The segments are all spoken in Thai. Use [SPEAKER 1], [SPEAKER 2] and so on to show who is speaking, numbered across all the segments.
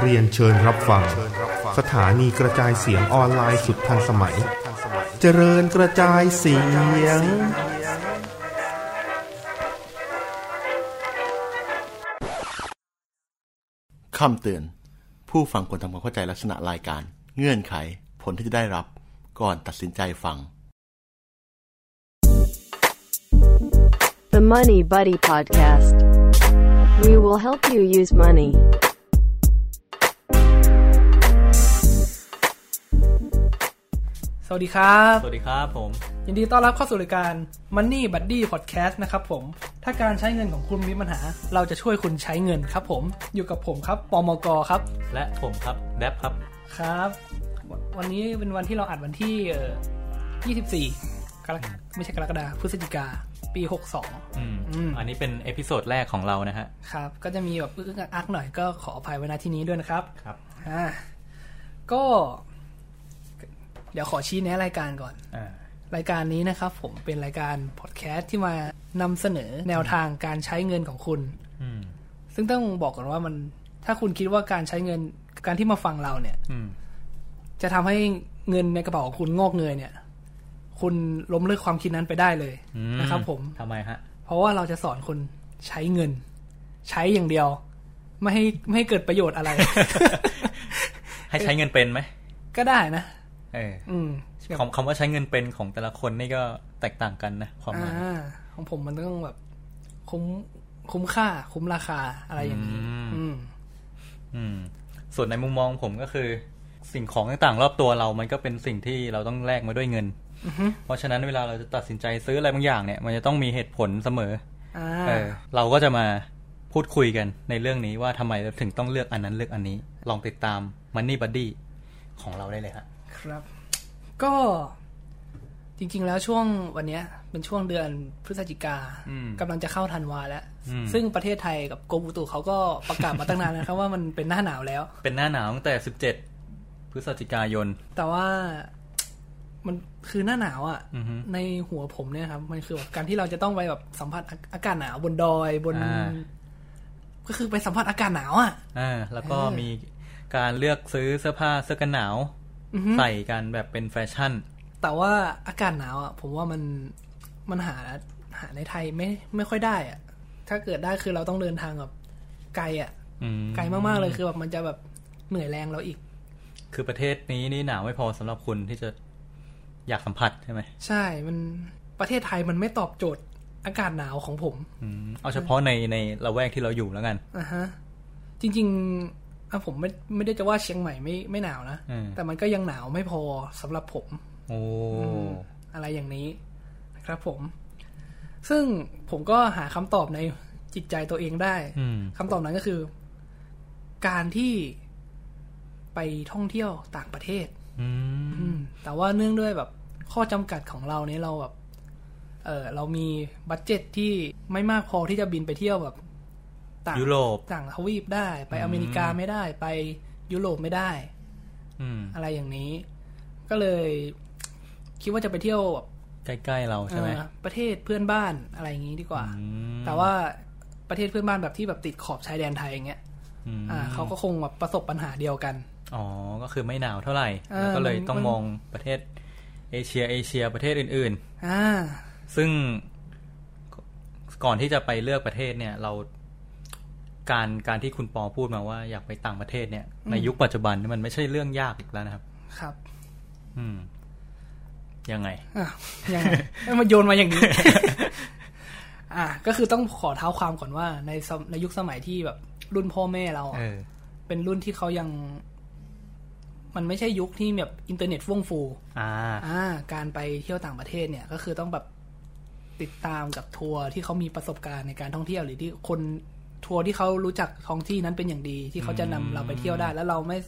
[SPEAKER 1] เรียนเชิญรับฟัง สถานีกระจายเสียงออนไลน์สุดทันสมัย เจริญกระจายเสียง
[SPEAKER 2] คำเตือน ผู้ฟังควรทำความเข้าใจลักษณะรายการ เงื่อนไข ผลที่จะได้รับ ก่อนตัดสินใจฟัง
[SPEAKER 3] The Money Buddy Podcast. We will help you use money.
[SPEAKER 4] สวัสดีครับ
[SPEAKER 5] สวัสดีครับผม
[SPEAKER 4] ยินดีต้อนรับเข้าสู่รายการ Money Buddy Podcast นะครับผม ถ้าการใช้เงินของคุณมีปัญหา เราจะช่วยคุณใช้เงินครับผม อยู่กับผมครับ ปมก ครับ
[SPEAKER 5] และผมครับแดบครับ
[SPEAKER 4] ครับ วันวันนี้เป็นวันที่เราอัดวันที่เอ่อ24กรกไม่ใช่กรกฎาพฤศจิกา ปี
[SPEAKER 5] อืม
[SPEAKER 4] อืม
[SPEAKER 5] อันนี้เป็นเอพิโซดแรกของเรานะฮะ
[SPEAKER 4] 62 ครับ ก็จะมีแบบอึกอักอักหน่อยก็ขออภัยไว้ณที่นี้ด้วยนะครับ
[SPEAKER 5] ครับ
[SPEAKER 4] อ่า ก็ เดี๋ยวขอชี้แนะรายการก่อน
[SPEAKER 5] อ่าร
[SPEAKER 4] ายการนี้นะครับผมเป็นรายการพอดแคสต์ที่มานำเสนอแนวทางการใช้เงินของคุณ
[SPEAKER 5] อืม
[SPEAKER 4] ซึ่งต้องบอกก่อนว่ามันถ้าคุณคิดว่าการใช้เงินการที่มาฟังเราเนี่ย
[SPEAKER 5] อืม
[SPEAKER 4] จะทำให้เงินในกระเป๋าของคุณงอกเงยเนี่ย คุณล้มเลิกความคิดนั้นไปได้เลย
[SPEAKER 5] อื
[SPEAKER 4] นะครับ ผม
[SPEAKER 5] ทำไมฮะ
[SPEAKER 4] เพราะว่าเราจะสอนคนใช้เงิน ใช้อย่างเดียว ไม่ให้ไม่ให้เกิดประโยชน์ อะไร
[SPEAKER 5] ให้ใช้เงินเป็นไหม
[SPEAKER 4] ก็ได้นะ
[SPEAKER 5] เออ
[SPEAKER 4] อืม
[SPEAKER 5] คำคำว่าใช้เงินเป็นของแต่ละคนนี่ก็แตกต่างกันนะความหมาย
[SPEAKER 4] อ่าของผมมันต้องแบบ คุ้มคุ้มค่า คุ้มราคาอะไรอย่างนี้ อืม
[SPEAKER 5] อืม ส่วนในมุมมองผมก็คือ สิ่งของต่างๆ รอบตัวเรา มันก็เป็นสิ่งที่เราต้องแลกมาด้วยเงิน เพราะฉะนั้นเวลาเราจะตัดสินใจซื้ออะไรบางอย่างเนี่ย มันจะต้องมีเหตุผลเสมอ
[SPEAKER 4] อ่า
[SPEAKER 5] เออเราก็จะมาพูดคุยกันในเรื่องนี้ว่าทำไมเราถึงต้องเลือกอันนั้นเลือกอันนี้ ลองติดตาม Money Buddy ของเราได้เลยครับ
[SPEAKER 4] ครับ ก็จริง ๆ แล้วช่วงวันเนี้ย เป็นช่วงเดือนพฤศจิกากำลังจะเข้าธันวาแล้ว ซึ่งประเทศไทยกับกรมอุตุเขาก็ประกาศมาตั้งนานนะครับ ว่ามันเป็นหน้าหนาวแล้ว
[SPEAKER 5] เป็นหน้าหนาวตั้งแต่ 17 พฤศจิกายน
[SPEAKER 4] แต่ว่ามันคือหน้าหนาวอะ่ะ
[SPEAKER 5] อือฮึ
[SPEAKER 4] ในหัวผมเนี่ยครับ มันคือแบบการที่เราจะต้องไปแบบสัมผัสอาอากาศหนาวบนดอยบน
[SPEAKER 5] อ่า
[SPEAKER 4] ก็คือไปสัมผัสอากาศหนาวอะ่ะ
[SPEAKER 5] อ่าแล้วก็
[SPEAKER 4] เออ
[SPEAKER 5] มีการเลือกซื้อเสื้อผ้าเสื้อกันหนาว ใส่กันแบบเป็นแฟชั่น
[SPEAKER 4] แต่ว่าอากาศหนาวอ่ะผมว่ามันมันหาหาในไทยไม่ไม่ค่อยได้อ่ะ ถ้าเกิดได้คือเราต้องเดินทางแบบไกลอ่ะ
[SPEAKER 5] อืม
[SPEAKER 4] ไกลมากๆเลยคือแบบมันจะแบบเหนื่อยแรงเราอีก
[SPEAKER 5] คือประเทศนี้นี่หนาวไม่พอสำหรับคุณที่จะอยากสัมผัสใช่ไหม
[SPEAKER 4] ใช่มันประเทศไทยมันไม่ตอบโจทย์อากาศหนาวของผม
[SPEAKER 5] อืมเอาเฉพาะในในละแวกที่เราอยู่แล้วกัน
[SPEAKER 4] อ่ะฮะ จริงๆอ่ะผมไม่ไม่ได้จะว่าเชียงใหม่ไม่ไม่หนาวนะ
[SPEAKER 5] อืม
[SPEAKER 4] แต่มันก็ยังหนาวไม่พอสำหรับผม
[SPEAKER 5] โอ้
[SPEAKER 4] อะไรอย่างนี้นะครับผม ซึ่งผมก็หาคำตอบในจิตใจตัวเองได้
[SPEAKER 5] อืม
[SPEAKER 4] คำตอบนั้นก็คือ การที่ไปท่องเที่ยวต่างประเทศ
[SPEAKER 5] อืม
[SPEAKER 4] อืม แต่ว่าเนื่องด้วยแบบข้อจำกัดของเราเนี่ยเราแบบ เออเรามีบัตเจ็ตที่ไม่มากพอที่จะบินไปเที่ยวแบบต่าง
[SPEAKER 5] ยุโรป
[SPEAKER 4] ต่างทวีปได้ ไปอเมริกาไม่ได้ ไปยุโรปไม่ได้
[SPEAKER 5] อืม
[SPEAKER 4] อะไรอย่างนี้ ก็เลยคิดว่าจะไปเที่ยวแบบ
[SPEAKER 5] ใกล้ๆเราใช่ไหม
[SPEAKER 4] เอ่อประเทศเพื่อนบ้านอะไรอย่างนี้ดีกว่า
[SPEAKER 5] อืม
[SPEAKER 4] แต่ว่าประเทศเพื่อนบ้านแบบที่แบบติดขอบชายแดนไทยอย่างเงี้ย
[SPEAKER 5] อืม
[SPEAKER 4] อ่าเขาก็คงแบบประสบปัญหาเดียวกัน
[SPEAKER 5] อ๋อ ก็คือไม่หนาวเท่าไหร่
[SPEAKER 4] เออ
[SPEAKER 5] แล้วก็เลย
[SPEAKER 4] มัน
[SPEAKER 5] ต้อง
[SPEAKER 4] มัน
[SPEAKER 5] มองประเทศเอเชียเอเชียประเทศอื่น
[SPEAKER 4] อ่า
[SPEAKER 5] ๆ ซึ่งกก่อนที่จะไปเลือกประเทศเนี่ย เราการการที่คุณปอพูดมาว่าอยากไปต่างประเทศเนี่ย ในยุคปัจจุบันนี่มันไม่ใช่เรื่องยากอีกแล้วนะครับ
[SPEAKER 4] ครับ
[SPEAKER 5] อืม ยังไง
[SPEAKER 4] อ่ะยังไงเอ้ยมันโยนมาอย่างนี้ อ่า ก็คือต้องขอเท้าความก่อนว่าในสมในยุคสมัยที่แบบรุ่นพ่อแม่เราอะ
[SPEAKER 5] เออ
[SPEAKER 4] เป็นรุ่นที่เขายัง มันไม่ใช่ยุคที่แบบอินเทอร์เน็ตฟ่องฟู
[SPEAKER 5] อ่า
[SPEAKER 4] อ่า การไปเที่ยวต่างประเทศเนี่ย ก็คือต้องแบบติดตามกับทัวร์ที่เขามีประสบการณ์ในการท่องเที่ยวหรือที่คนทัวร์ที่เขารู้จักท้องที่นั้นเป็นอย่างดี ที่เขาจะนำเราไปเที่ยวได้ แล้วเราไม่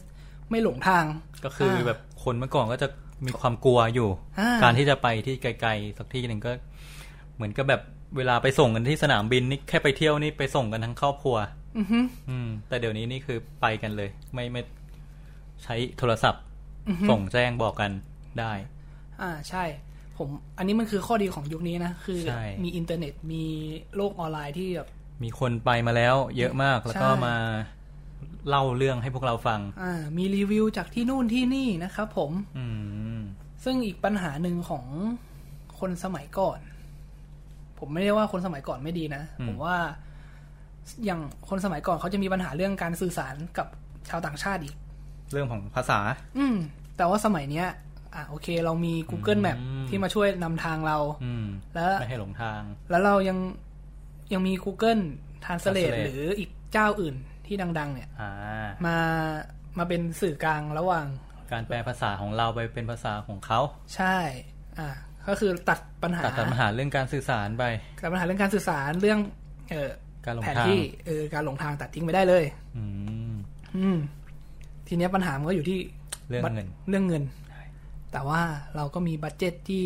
[SPEAKER 4] ไม่หลงทาง
[SPEAKER 5] ก็คือแบบคนเมื่อก่อนก็จะมีความกลัวอยู่
[SPEAKER 4] อ่า
[SPEAKER 5] การที่จะไปที่ไกลๆสักที่หนึ่งก็ เหมือนกับแบบเวลาไปส่งกันที่สนามบินนี่แค่ไปเที่ยวนี่ไปส่งกันทั้งครอบครัว
[SPEAKER 4] อือฮึ
[SPEAKER 5] อืม แต่เดี๋ยวนี้นี่คือไปกันเลย ไม่ไม่ใช้โทรศัพท์ ส่งแจ้งบอกกันได้
[SPEAKER 4] อ่าใช่ ผมอันนี้มันคือข้อดีของยุคนี้นะ คือ
[SPEAKER 5] ใช่
[SPEAKER 4] มีอินเทอร์เน็ตมีโลกออนไลน์ที่แบบ
[SPEAKER 5] มีคนไปมาแล้ว เยอะมากแล้วก็
[SPEAKER 4] ใช่
[SPEAKER 5] มา เล่าเรื่องให้พวกเราฟัง
[SPEAKER 4] อ่ามีรีวิวจากที่นู่นที่นี่นะครับผม
[SPEAKER 5] อืม
[SPEAKER 4] ซึ่งอีกปัญหาหนึ่งของคนสมัยก่อน ผมไม่ได้ว่าคนสมัยก่อนไม่ดีนะ
[SPEAKER 5] อืม
[SPEAKER 4] ผมว่าอย่างคนสมัยก่อนเขาจะมีปัญหาเรื่องการสื่อสารกับชาวต่างชาติอีก
[SPEAKER 5] เรื่องของภาษา
[SPEAKER 4] อืม แต่ว่าสมัยเนี้ย อ่ะโอเค เรามี Google Map
[SPEAKER 5] อืม
[SPEAKER 4] ที่มาช่วยนำทางเรา
[SPEAKER 5] อืม
[SPEAKER 4] แล้ว
[SPEAKER 5] ไม่ให้หลงทาง
[SPEAKER 4] แล้วเรายังยังมี Google Translate
[SPEAKER 5] Translate
[SPEAKER 4] หรืออีกเจ้าอื่นที่ดัง ๆ เนี่ย
[SPEAKER 5] อ่า
[SPEAKER 4] มามาเป็นสื่อกลางระหว่าง
[SPEAKER 5] การแปลภาษาของเราไปเป็นภาษาของเขา
[SPEAKER 4] ใช่ อ่ะก็คือตัดปัญหา
[SPEAKER 5] ตัดปัญหาเรื่องการสื่อสารไป
[SPEAKER 4] แต่ปัญหาเรื่องการสื่อสารเรื่อง เออ
[SPEAKER 5] การหลง
[SPEAKER 4] แผน
[SPEAKER 5] ทาง
[SPEAKER 4] ที่เออการหลงทางตัดทิ้งไปได้เลย
[SPEAKER 5] อืม
[SPEAKER 4] อืม ทีเนี้ยปัญหามันก็อยู่ที่
[SPEAKER 5] เรื่อง
[SPEAKER 4] บัต
[SPEAKER 5] เงิน
[SPEAKER 4] เรื่องเงิน แต่ว่าเราก็มีบัตเจ็ตที่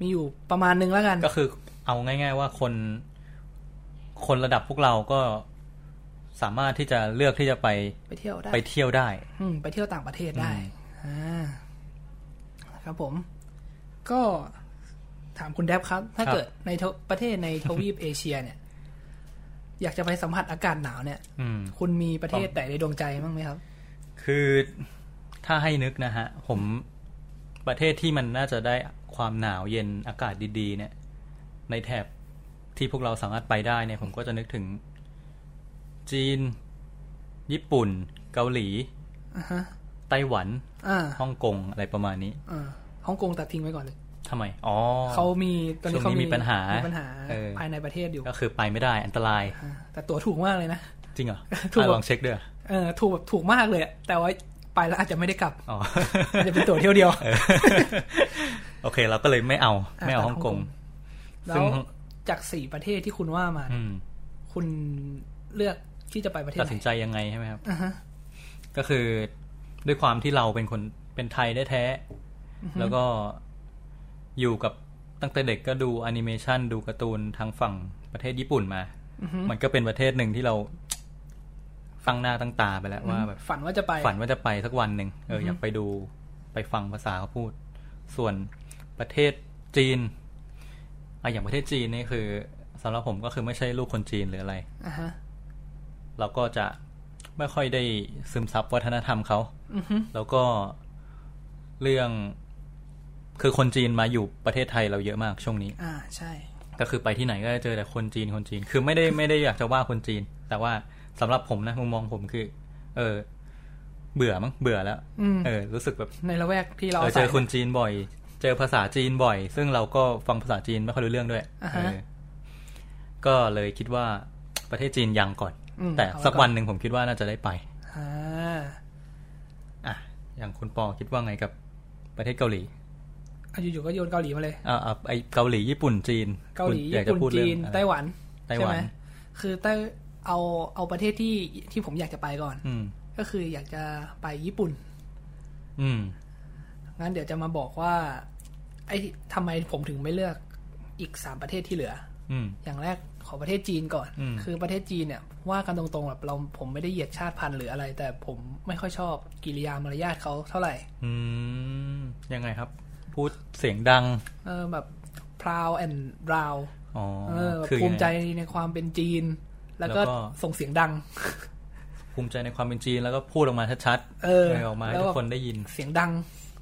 [SPEAKER 4] มีอยู่ประมาณนึงแล้วกัน
[SPEAKER 5] ก็คือเอาง่าย ๆ ว่าคน คนระดับพวกเราก็สามารถที่จะเลือกที่จะไป
[SPEAKER 4] ไปเที่ยวได้
[SPEAKER 5] ไปเที่ยวได้
[SPEAKER 4] อืมไปเที่ยวต่างประเทศได้อ่าครับผม ก็ถามคุณแดบครับ ถ้า
[SPEAKER 5] ครับ
[SPEAKER 4] เกิดในทวประเทศในทวีปเอเชีย เนี่ย อยากจะไปสัมผัสอากาศหนาวเนี่ย
[SPEAKER 5] อืม
[SPEAKER 4] คุณมีประเทศไหนในดวงใจบ้างไหมครับ
[SPEAKER 5] คือถ้าให้นึกนะฮะ ผมประเทศที่มันน่าจะได้ความหนาวเย็นอากาศดีๆ เนี่ย ในแถบที่พวกเราสามารถไปได้เนี่ย ผมก็จะนึกถึง จีน ญี่ปุ่น เกาหลี
[SPEAKER 4] อ่าฮะ
[SPEAKER 5] ไต้หวัน
[SPEAKER 4] อ่า
[SPEAKER 5] ฮ่องกงอะไรประมาณนี้
[SPEAKER 4] อ่าฮ่องกงตัดทิ้งไว้ก่อนเลย
[SPEAKER 5] ทำไม อ๋อ
[SPEAKER 4] เขามีตอนนี้
[SPEAKER 5] ช่ว
[SPEAKER 4] เขา
[SPEAKER 5] งนี้
[SPEAKER 4] มี
[SPEAKER 5] มีปัญหา
[SPEAKER 4] ปัญหา
[SPEAKER 5] เออ
[SPEAKER 4] ภายในประเทศอยู่
[SPEAKER 5] ก็คือไปไม่ได้อันตราย
[SPEAKER 4] อ่าแต่ตั๋วถูกมากเลยนะ
[SPEAKER 5] จริงเหรอ
[SPEAKER 4] ถูก
[SPEAKER 5] อ่ะลองเช็คด้วย
[SPEAKER 4] เออถูกแบบถูกมากเลยอะแต่ว่าไปแล้วอาจจะไม่ได้กลับ
[SPEAKER 5] อ๋อ
[SPEAKER 4] อาจจะเป็นตั๋วเที่ยวเดียว
[SPEAKER 5] เออโอเค เราก็เลยไม่เอา ไม่เอาฮ่องกง
[SPEAKER 4] แล้
[SPEAKER 5] ซึ่
[SPEAKER 4] ว
[SPEAKER 5] ง
[SPEAKER 4] จากสี่ประเทศที่คุณว่ามา
[SPEAKER 5] อืม
[SPEAKER 4] คุณเลือกที่จะไปประเทศ
[SPEAKER 5] ตัด
[SPEAKER 4] ไหน
[SPEAKER 5] สินใจยังไงใช่ไหมครับ
[SPEAKER 4] อ่าฮะ
[SPEAKER 5] ก็คือด้วยความที่เราเป็นคนเป็นไทยได้แท้ๆแล้วก็อยู่กับตั้งแต่เด็กก็ดูแอนิเมชันดูการ์ตูนทางฝั่งประเทศญี่ปุ่นมา มันก็เป็นประเทศหนึ่งที่เราตั้งหน้าตั้งตาไปแล้วว่าแบบ
[SPEAKER 4] ฝันว่าจะไป
[SPEAKER 5] ฝันว่าจะไปสักวันหนึ่งเอออยากไปดูไปฟังภาษาเขาพูด ส่วนประเทศจีนอะอย่างประเทศจีนนี่คือสำหรับผมก็คือไม่ใช่ลูกคนจีนหรืออะไร
[SPEAKER 4] อ่าฮะ
[SPEAKER 5] เราก็จะไม่ค่อยได้ซึมซับวัฒนธรรมเขา
[SPEAKER 4] อือฮึ
[SPEAKER 5] แล้วก็เรื่องคือคนจีนมาอยู่ประเทศไทยเราเยอะมากช่วงนี้
[SPEAKER 4] อ่า ใช่
[SPEAKER 5] ก็คือไปที่ไหนก็จะเจอแต่คนจีนคนจีน คือไม่ได้ไม่ได้อยากจะว่าคนจีน แต่ว่าสำหรับผมนะมุมมองผมคือ เออ เบื่อมั้งเบื่อแล้ว
[SPEAKER 4] อืม
[SPEAKER 5] เออ รู้สึกแบบ
[SPEAKER 4] ในละแวกที่เรา
[SPEAKER 5] เออ
[SPEAKER 4] อาศั
[SPEAKER 5] เจ
[SPEAKER 4] ย
[SPEAKER 5] อคนจีนบ่อย เจอภาษาจีนบ่อย ซึ่งเราก็ฟังภาษาจีนไม่ค่อยรู้เรื่องด้วย
[SPEAKER 4] อ่า
[SPEAKER 5] เอ
[SPEAKER 4] ฮะ
[SPEAKER 5] อก็เลยคิดว่าประเทศจีนยังก่อน
[SPEAKER 4] อืม
[SPEAKER 5] แต่
[SPEAKER 4] เอาไว้
[SPEAKER 5] สัก
[SPEAKER 4] ก่อน
[SPEAKER 5] วันหนึ่งผมคิดว่าน่าจะได้ไป
[SPEAKER 4] อ่า
[SPEAKER 5] อ่ะอย่างคุณปอคิดว่าไงกับประเทศเกาหลี
[SPEAKER 4] อ่ะอยู่ๆก็โยนเกาหลีมาเลย
[SPEAKER 5] อ่าอ่ะไอเกาหลีญี่ปุ่นจีน
[SPEAKER 4] เกาหลี
[SPEAKER 5] คุณอยาก
[SPEAKER 4] ญี่
[SPEAKER 5] จะ
[SPEAKER 4] ปุ่น
[SPEAKER 5] พูดเรื่
[SPEAKER 4] จี
[SPEAKER 5] อง
[SPEAKER 4] น
[SPEAKER 5] อะไร
[SPEAKER 4] ไต้หวัน
[SPEAKER 5] ไต้หวัน
[SPEAKER 4] ใช่มคือไต้เอาเอาประเทศที่ที่ผมอยากจะไปก่อน
[SPEAKER 5] อืม
[SPEAKER 4] ก็คืออยากจะไปญี่ปุ่น
[SPEAKER 5] อืม
[SPEAKER 4] งั้นเดี๋ยวจะมาบอกว่า ไอ้ที่ทำไมผมถึงไม่เลือกอีกสามประเทศที่เหลือ
[SPEAKER 5] อืม
[SPEAKER 4] อย่างแรกขอประเทศจีนก่อน
[SPEAKER 5] อืม
[SPEAKER 4] คือประเทศจีนเนี่ยว่ากันตรงๆแบบเราผมไม่ได้เหยียดชาติพันธุ์หรืออะไร แต่ผมไม่ค่อยชอบกิริยามารยาทเขาเท่าไหร่
[SPEAKER 5] อืม ยังไงครับ พูดเสียงดัง
[SPEAKER 4] เออแบบ proud and proud
[SPEAKER 5] อ๋อ
[SPEAKER 4] เออแบบ
[SPEAKER 5] คือ
[SPEAKER 4] ภู
[SPEAKER 5] ยัง
[SPEAKER 4] มิ
[SPEAKER 5] ไง
[SPEAKER 4] ใจในความเป็นจีน แล้วก็
[SPEAKER 5] แล้วก็
[SPEAKER 4] ส่งเสียงดัง
[SPEAKER 5] ภูมิใจในความเป็นจีนแล้วก็พูดออกมาชัดๆ
[SPEAKER 4] เออ
[SPEAKER 5] ออกมาให้
[SPEAKER 4] แล้ว
[SPEAKER 5] ทุ
[SPEAKER 4] ก็
[SPEAKER 5] กคนได้ยิน
[SPEAKER 4] เสียงดัง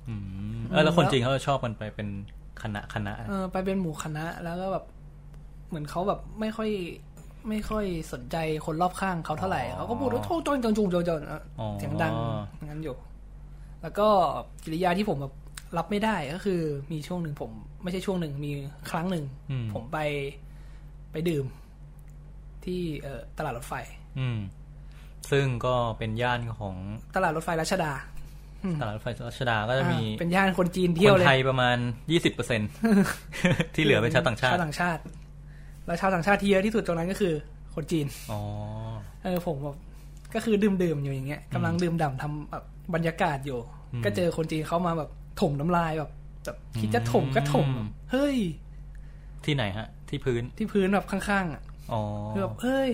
[SPEAKER 5] อืม เออ แล้วคนจีนเขาจะชอบมันไปเป็นคณะคณะ
[SPEAKER 4] เออไปเป็นหมู่คณะแล้วก็แบบเหมือนเขาแบบไม่ค่อยไม่ค่อยสนใจคนรอบข้างเขาเท่าไหร่
[SPEAKER 5] อ๋อ
[SPEAKER 4] เขาก็พูดว่าโทษจนจนจุงจนจนเออ
[SPEAKER 5] อ
[SPEAKER 4] เสียงดังงั้นอยู่ แล้วก็กิริยาที่ผมแบบรับไม่ได้ก็คือมีช่วงหนึ่งผม ไม่ใช่ช่วงหนึ่งมีครั้งหนึ่ง
[SPEAKER 5] อืม
[SPEAKER 4] ผมไปไปดื่ม ที่เออตลาดรถไฟ
[SPEAKER 5] อืม ซึ่งก็เป็นย่านของ
[SPEAKER 4] ตลาดรถไฟรัชดา
[SPEAKER 5] ตลาดรถไฟรัชดาก็จะมี
[SPEAKER 4] อ่าเป็นย่านคนจีน
[SPEAKER 5] ค
[SPEAKER 4] เที่ยวน เลย
[SPEAKER 5] ไทยประมาณยี่สิบเปอร์เซ็น ที่เหลือเป็นชาวต่างชาติ
[SPEAKER 4] ชาวต่างชาติ แล้วชาวต่างชาติที่เยอะที่สุดตรงนั้นก็คือ คนจีน
[SPEAKER 5] อ๋อ
[SPEAKER 4] เออผมแบบก็คือดื่มๆอยู่อย่างเงี้ยกำลังดื่มด่ำทำแบบบรรยากาศอยู่
[SPEAKER 5] อืม
[SPEAKER 4] ก็เจอคนจีนเขามาแบบถมน้ำลายแบบแบบคิดจะถมก็ถม
[SPEAKER 5] อืม
[SPEAKER 4] เฮ้ย
[SPEAKER 5] ที่ไหนฮะ ที่พื้น
[SPEAKER 4] ที่พื้นแบบข้างๆอ่ะ
[SPEAKER 5] อ๋อ
[SPEAKER 4] คือแบบเฮ้ย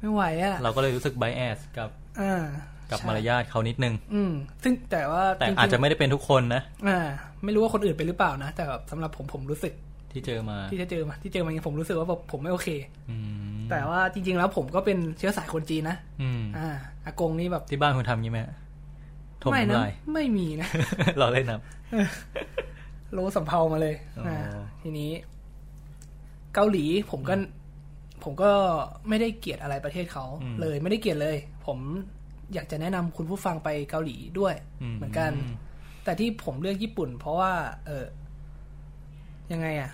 [SPEAKER 4] ไม่ไหวอ่ะ
[SPEAKER 5] เราก็เลยรู้สึกไบแอสกับ
[SPEAKER 4] อ่า
[SPEAKER 5] กับ
[SPEAKER 4] ใช่
[SPEAKER 5] มารยาทเขานิดนึง
[SPEAKER 4] อืม ซึ่งแต่ว่า
[SPEAKER 5] แต่
[SPEAKER 4] ริงๆ
[SPEAKER 5] อาจจะไม่ได้เป็นทุกคนนะ
[SPEAKER 4] อ่า ไม่รู้ว่าคนอื่นเป็นหรือเปล่านะ แต่แบบสำหรับผมผมรู้สึก
[SPEAKER 5] ที่เจอมา
[SPEAKER 4] ที่จะเจอมาที่เจอมาอย่างเงี้ยผมรู้สึกว่าแบบผมไม่โอเค
[SPEAKER 5] อืม
[SPEAKER 4] แต่ว่าจริง ๆ แล้วผมก็เป็นเชื้อสายคนจีนนะ
[SPEAKER 5] อืม
[SPEAKER 4] อ่าอากงนี่แบบ
[SPEAKER 5] ที่บ้านคุณทำงี้ไหมฮะถม
[SPEAKER 4] ไม่นะ
[SPEAKER 5] น้ำ ลาย
[SPEAKER 4] ไม่มีนะ
[SPEAKER 5] เราเล่นครับ
[SPEAKER 4] โลสัมเพามาเลย
[SPEAKER 5] อ๋ออ่
[SPEAKER 4] าทีนี้ เกาหลีผมก็ ผมก็ไม่ได้เกลียดอะไรประเทศเขาเลยไม่ได้เกลียดเลย ผมอยากจะแนะนำคุณผู้ฟังไปเกาหลีด้วย เหมือนกัน แต่ที่ผมเลือกญี่ปุ่น เพราะว่า เออยังไงอะ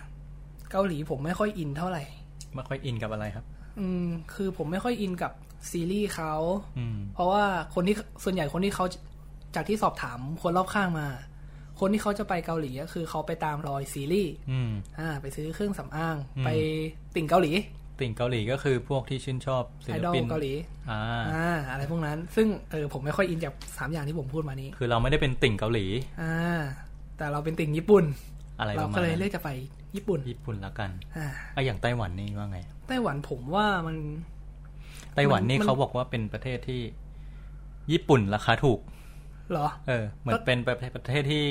[SPEAKER 4] เกาหลีผมไม่ค่อยอินเท่าไหร่
[SPEAKER 5] ไม่ค่อยอินกับอะไรครับ
[SPEAKER 4] อืม คือผมไม่ค่อยอินกับซีรีส์เขา
[SPEAKER 5] อืม
[SPEAKER 4] เพราะว่าคนที่ส่วนใหญ่คนที่เขาจากที่สอบถามคนรอบข้างมา คนที่เขาจะไปเกาหลีก็คือเขาไปตามรอยซีรีส์
[SPEAKER 5] อืม
[SPEAKER 4] อ่าไปซื้อเครื่องสำอาง
[SPEAKER 5] อืม
[SPEAKER 4] ไปติ่งเกาหลี
[SPEAKER 5] ติ่งเกาหลีก็คือพวกที่ชื่นชอบศิ
[SPEAKER 4] ไอ
[SPEAKER 5] ล
[SPEAKER 4] ดอล
[SPEAKER 5] ปิน
[SPEAKER 4] เกาหลี
[SPEAKER 5] อ่า
[SPEAKER 4] อ่าอะไรพวกนั้น ซึ่งเออผมไม่ค่อยอินจากสามอย่างที่ผมพูดมานี้
[SPEAKER 5] คือเราไม่ได้เป็นติ่งเกาหลี
[SPEAKER 4] อ่าแต่เราเป็นติ่งญี่ปุ่น
[SPEAKER 5] อะไรป
[SPEAKER 4] เรา
[SPEAKER 5] ระมา
[SPEAKER 4] ก็
[SPEAKER 5] ณ
[SPEAKER 4] เลย
[SPEAKER 5] นั้น
[SPEAKER 4] เลือกจะไปญี่ปุ่น
[SPEAKER 5] ญี่ปุ่นละกัน
[SPEAKER 4] อ่า
[SPEAKER 5] อ่ะอย่างไต้หวันนี่ว่าไง
[SPEAKER 4] ไต้หวันผมว่ามัน
[SPEAKER 5] ไต้หวันนี่
[SPEAKER 4] มัน
[SPEAKER 5] เขาบอกว่าเป็นประเทศที่ ญี่ปุ่นราคาถูก
[SPEAKER 4] เหรอ
[SPEAKER 5] เออ เหมือ
[SPEAKER 4] ก็
[SPEAKER 5] นเป็นประเทศประเทศที่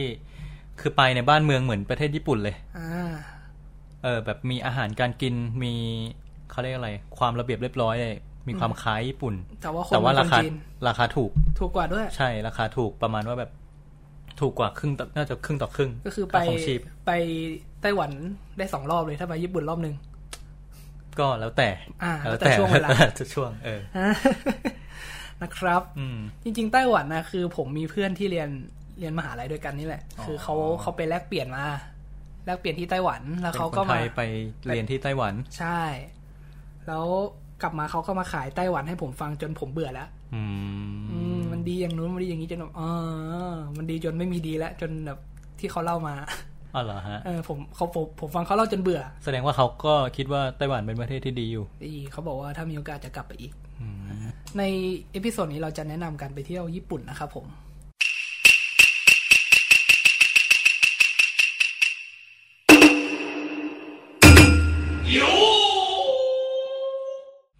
[SPEAKER 5] คือไปในบ้านเมืองเหมือนประเทศญี่ปุ่นเลย
[SPEAKER 4] อ่า
[SPEAKER 5] เออ แบบมีอาหารการกินมีเขาเรียกอะไร ความระเบียบเรียบร้อยเลยมีความคล้ายญี่ปุ่น
[SPEAKER 4] แต่ว่าคน
[SPEAKER 5] แต่ว่า
[SPEAKER 4] เป็น
[SPEAKER 5] ราคา
[SPEAKER 4] จีน
[SPEAKER 5] ราคาถูก
[SPEAKER 4] ถูกกว่าด้วย
[SPEAKER 5] ใช่ราคาถูกประมาณว่าแบบถูกกว่าครึ่งต่อน่าจะครึ่งต่อครึ่ง
[SPEAKER 4] ก็คือไป
[SPEAKER 5] าของชีพ
[SPEAKER 4] ไปไต้หวันได้สองรอบเลยถ้าไปญี่ปุ่นรอบห นึ่ง
[SPEAKER 5] ก็แล้วแต่
[SPEAKER 4] อ่าแล้วแต่ช่วงเวลา
[SPEAKER 5] แแต่ช่วงเออ
[SPEAKER 4] นะครับ
[SPEAKER 5] อืม
[SPEAKER 4] จริงๆไต้หวันนะคือผมมีเพื่อนที่เรียนเรียนมหาลัยด้วยกันนี่แหละ คือเขาเขาไปแลกเปลี่ยนมา แลกเปลี่ยนที่ไต้หวันแล้วเขาก็
[SPEAKER 5] ป็นคนไท
[SPEAKER 4] มาย
[SPEAKER 5] ไปเรียนที่ไต้หวัน
[SPEAKER 4] ใช่ แล้วกลับมาเขาก็มาขายไต้หวันให้ผมฟังจนผมเบื่อแล้ว
[SPEAKER 5] อื
[SPEAKER 4] อื
[SPEAKER 5] ม
[SPEAKER 4] มมันดีอย่างนู้นมันดีอย่างนี้จนแบบเออ มันดีจนไม่มีดีแล้วจนแบบที่เขาเล่ามา
[SPEAKER 5] อ๋อเหรอฮะ
[SPEAKER 4] เออผมเขาผมผมฟังเขาเล่าจนเบื่อ
[SPEAKER 5] แสดงว่าเขาก็คิดว่าไต้หวันเป็นประเทศที่ดีอยู่
[SPEAKER 4] ดีเขาบอกว่าถ้ามีโอกาสจะกลับไปอีกในเอพิโซดนี้เราจะแนะนำการไปเที่ยวญี่ปุ่นนะครับผม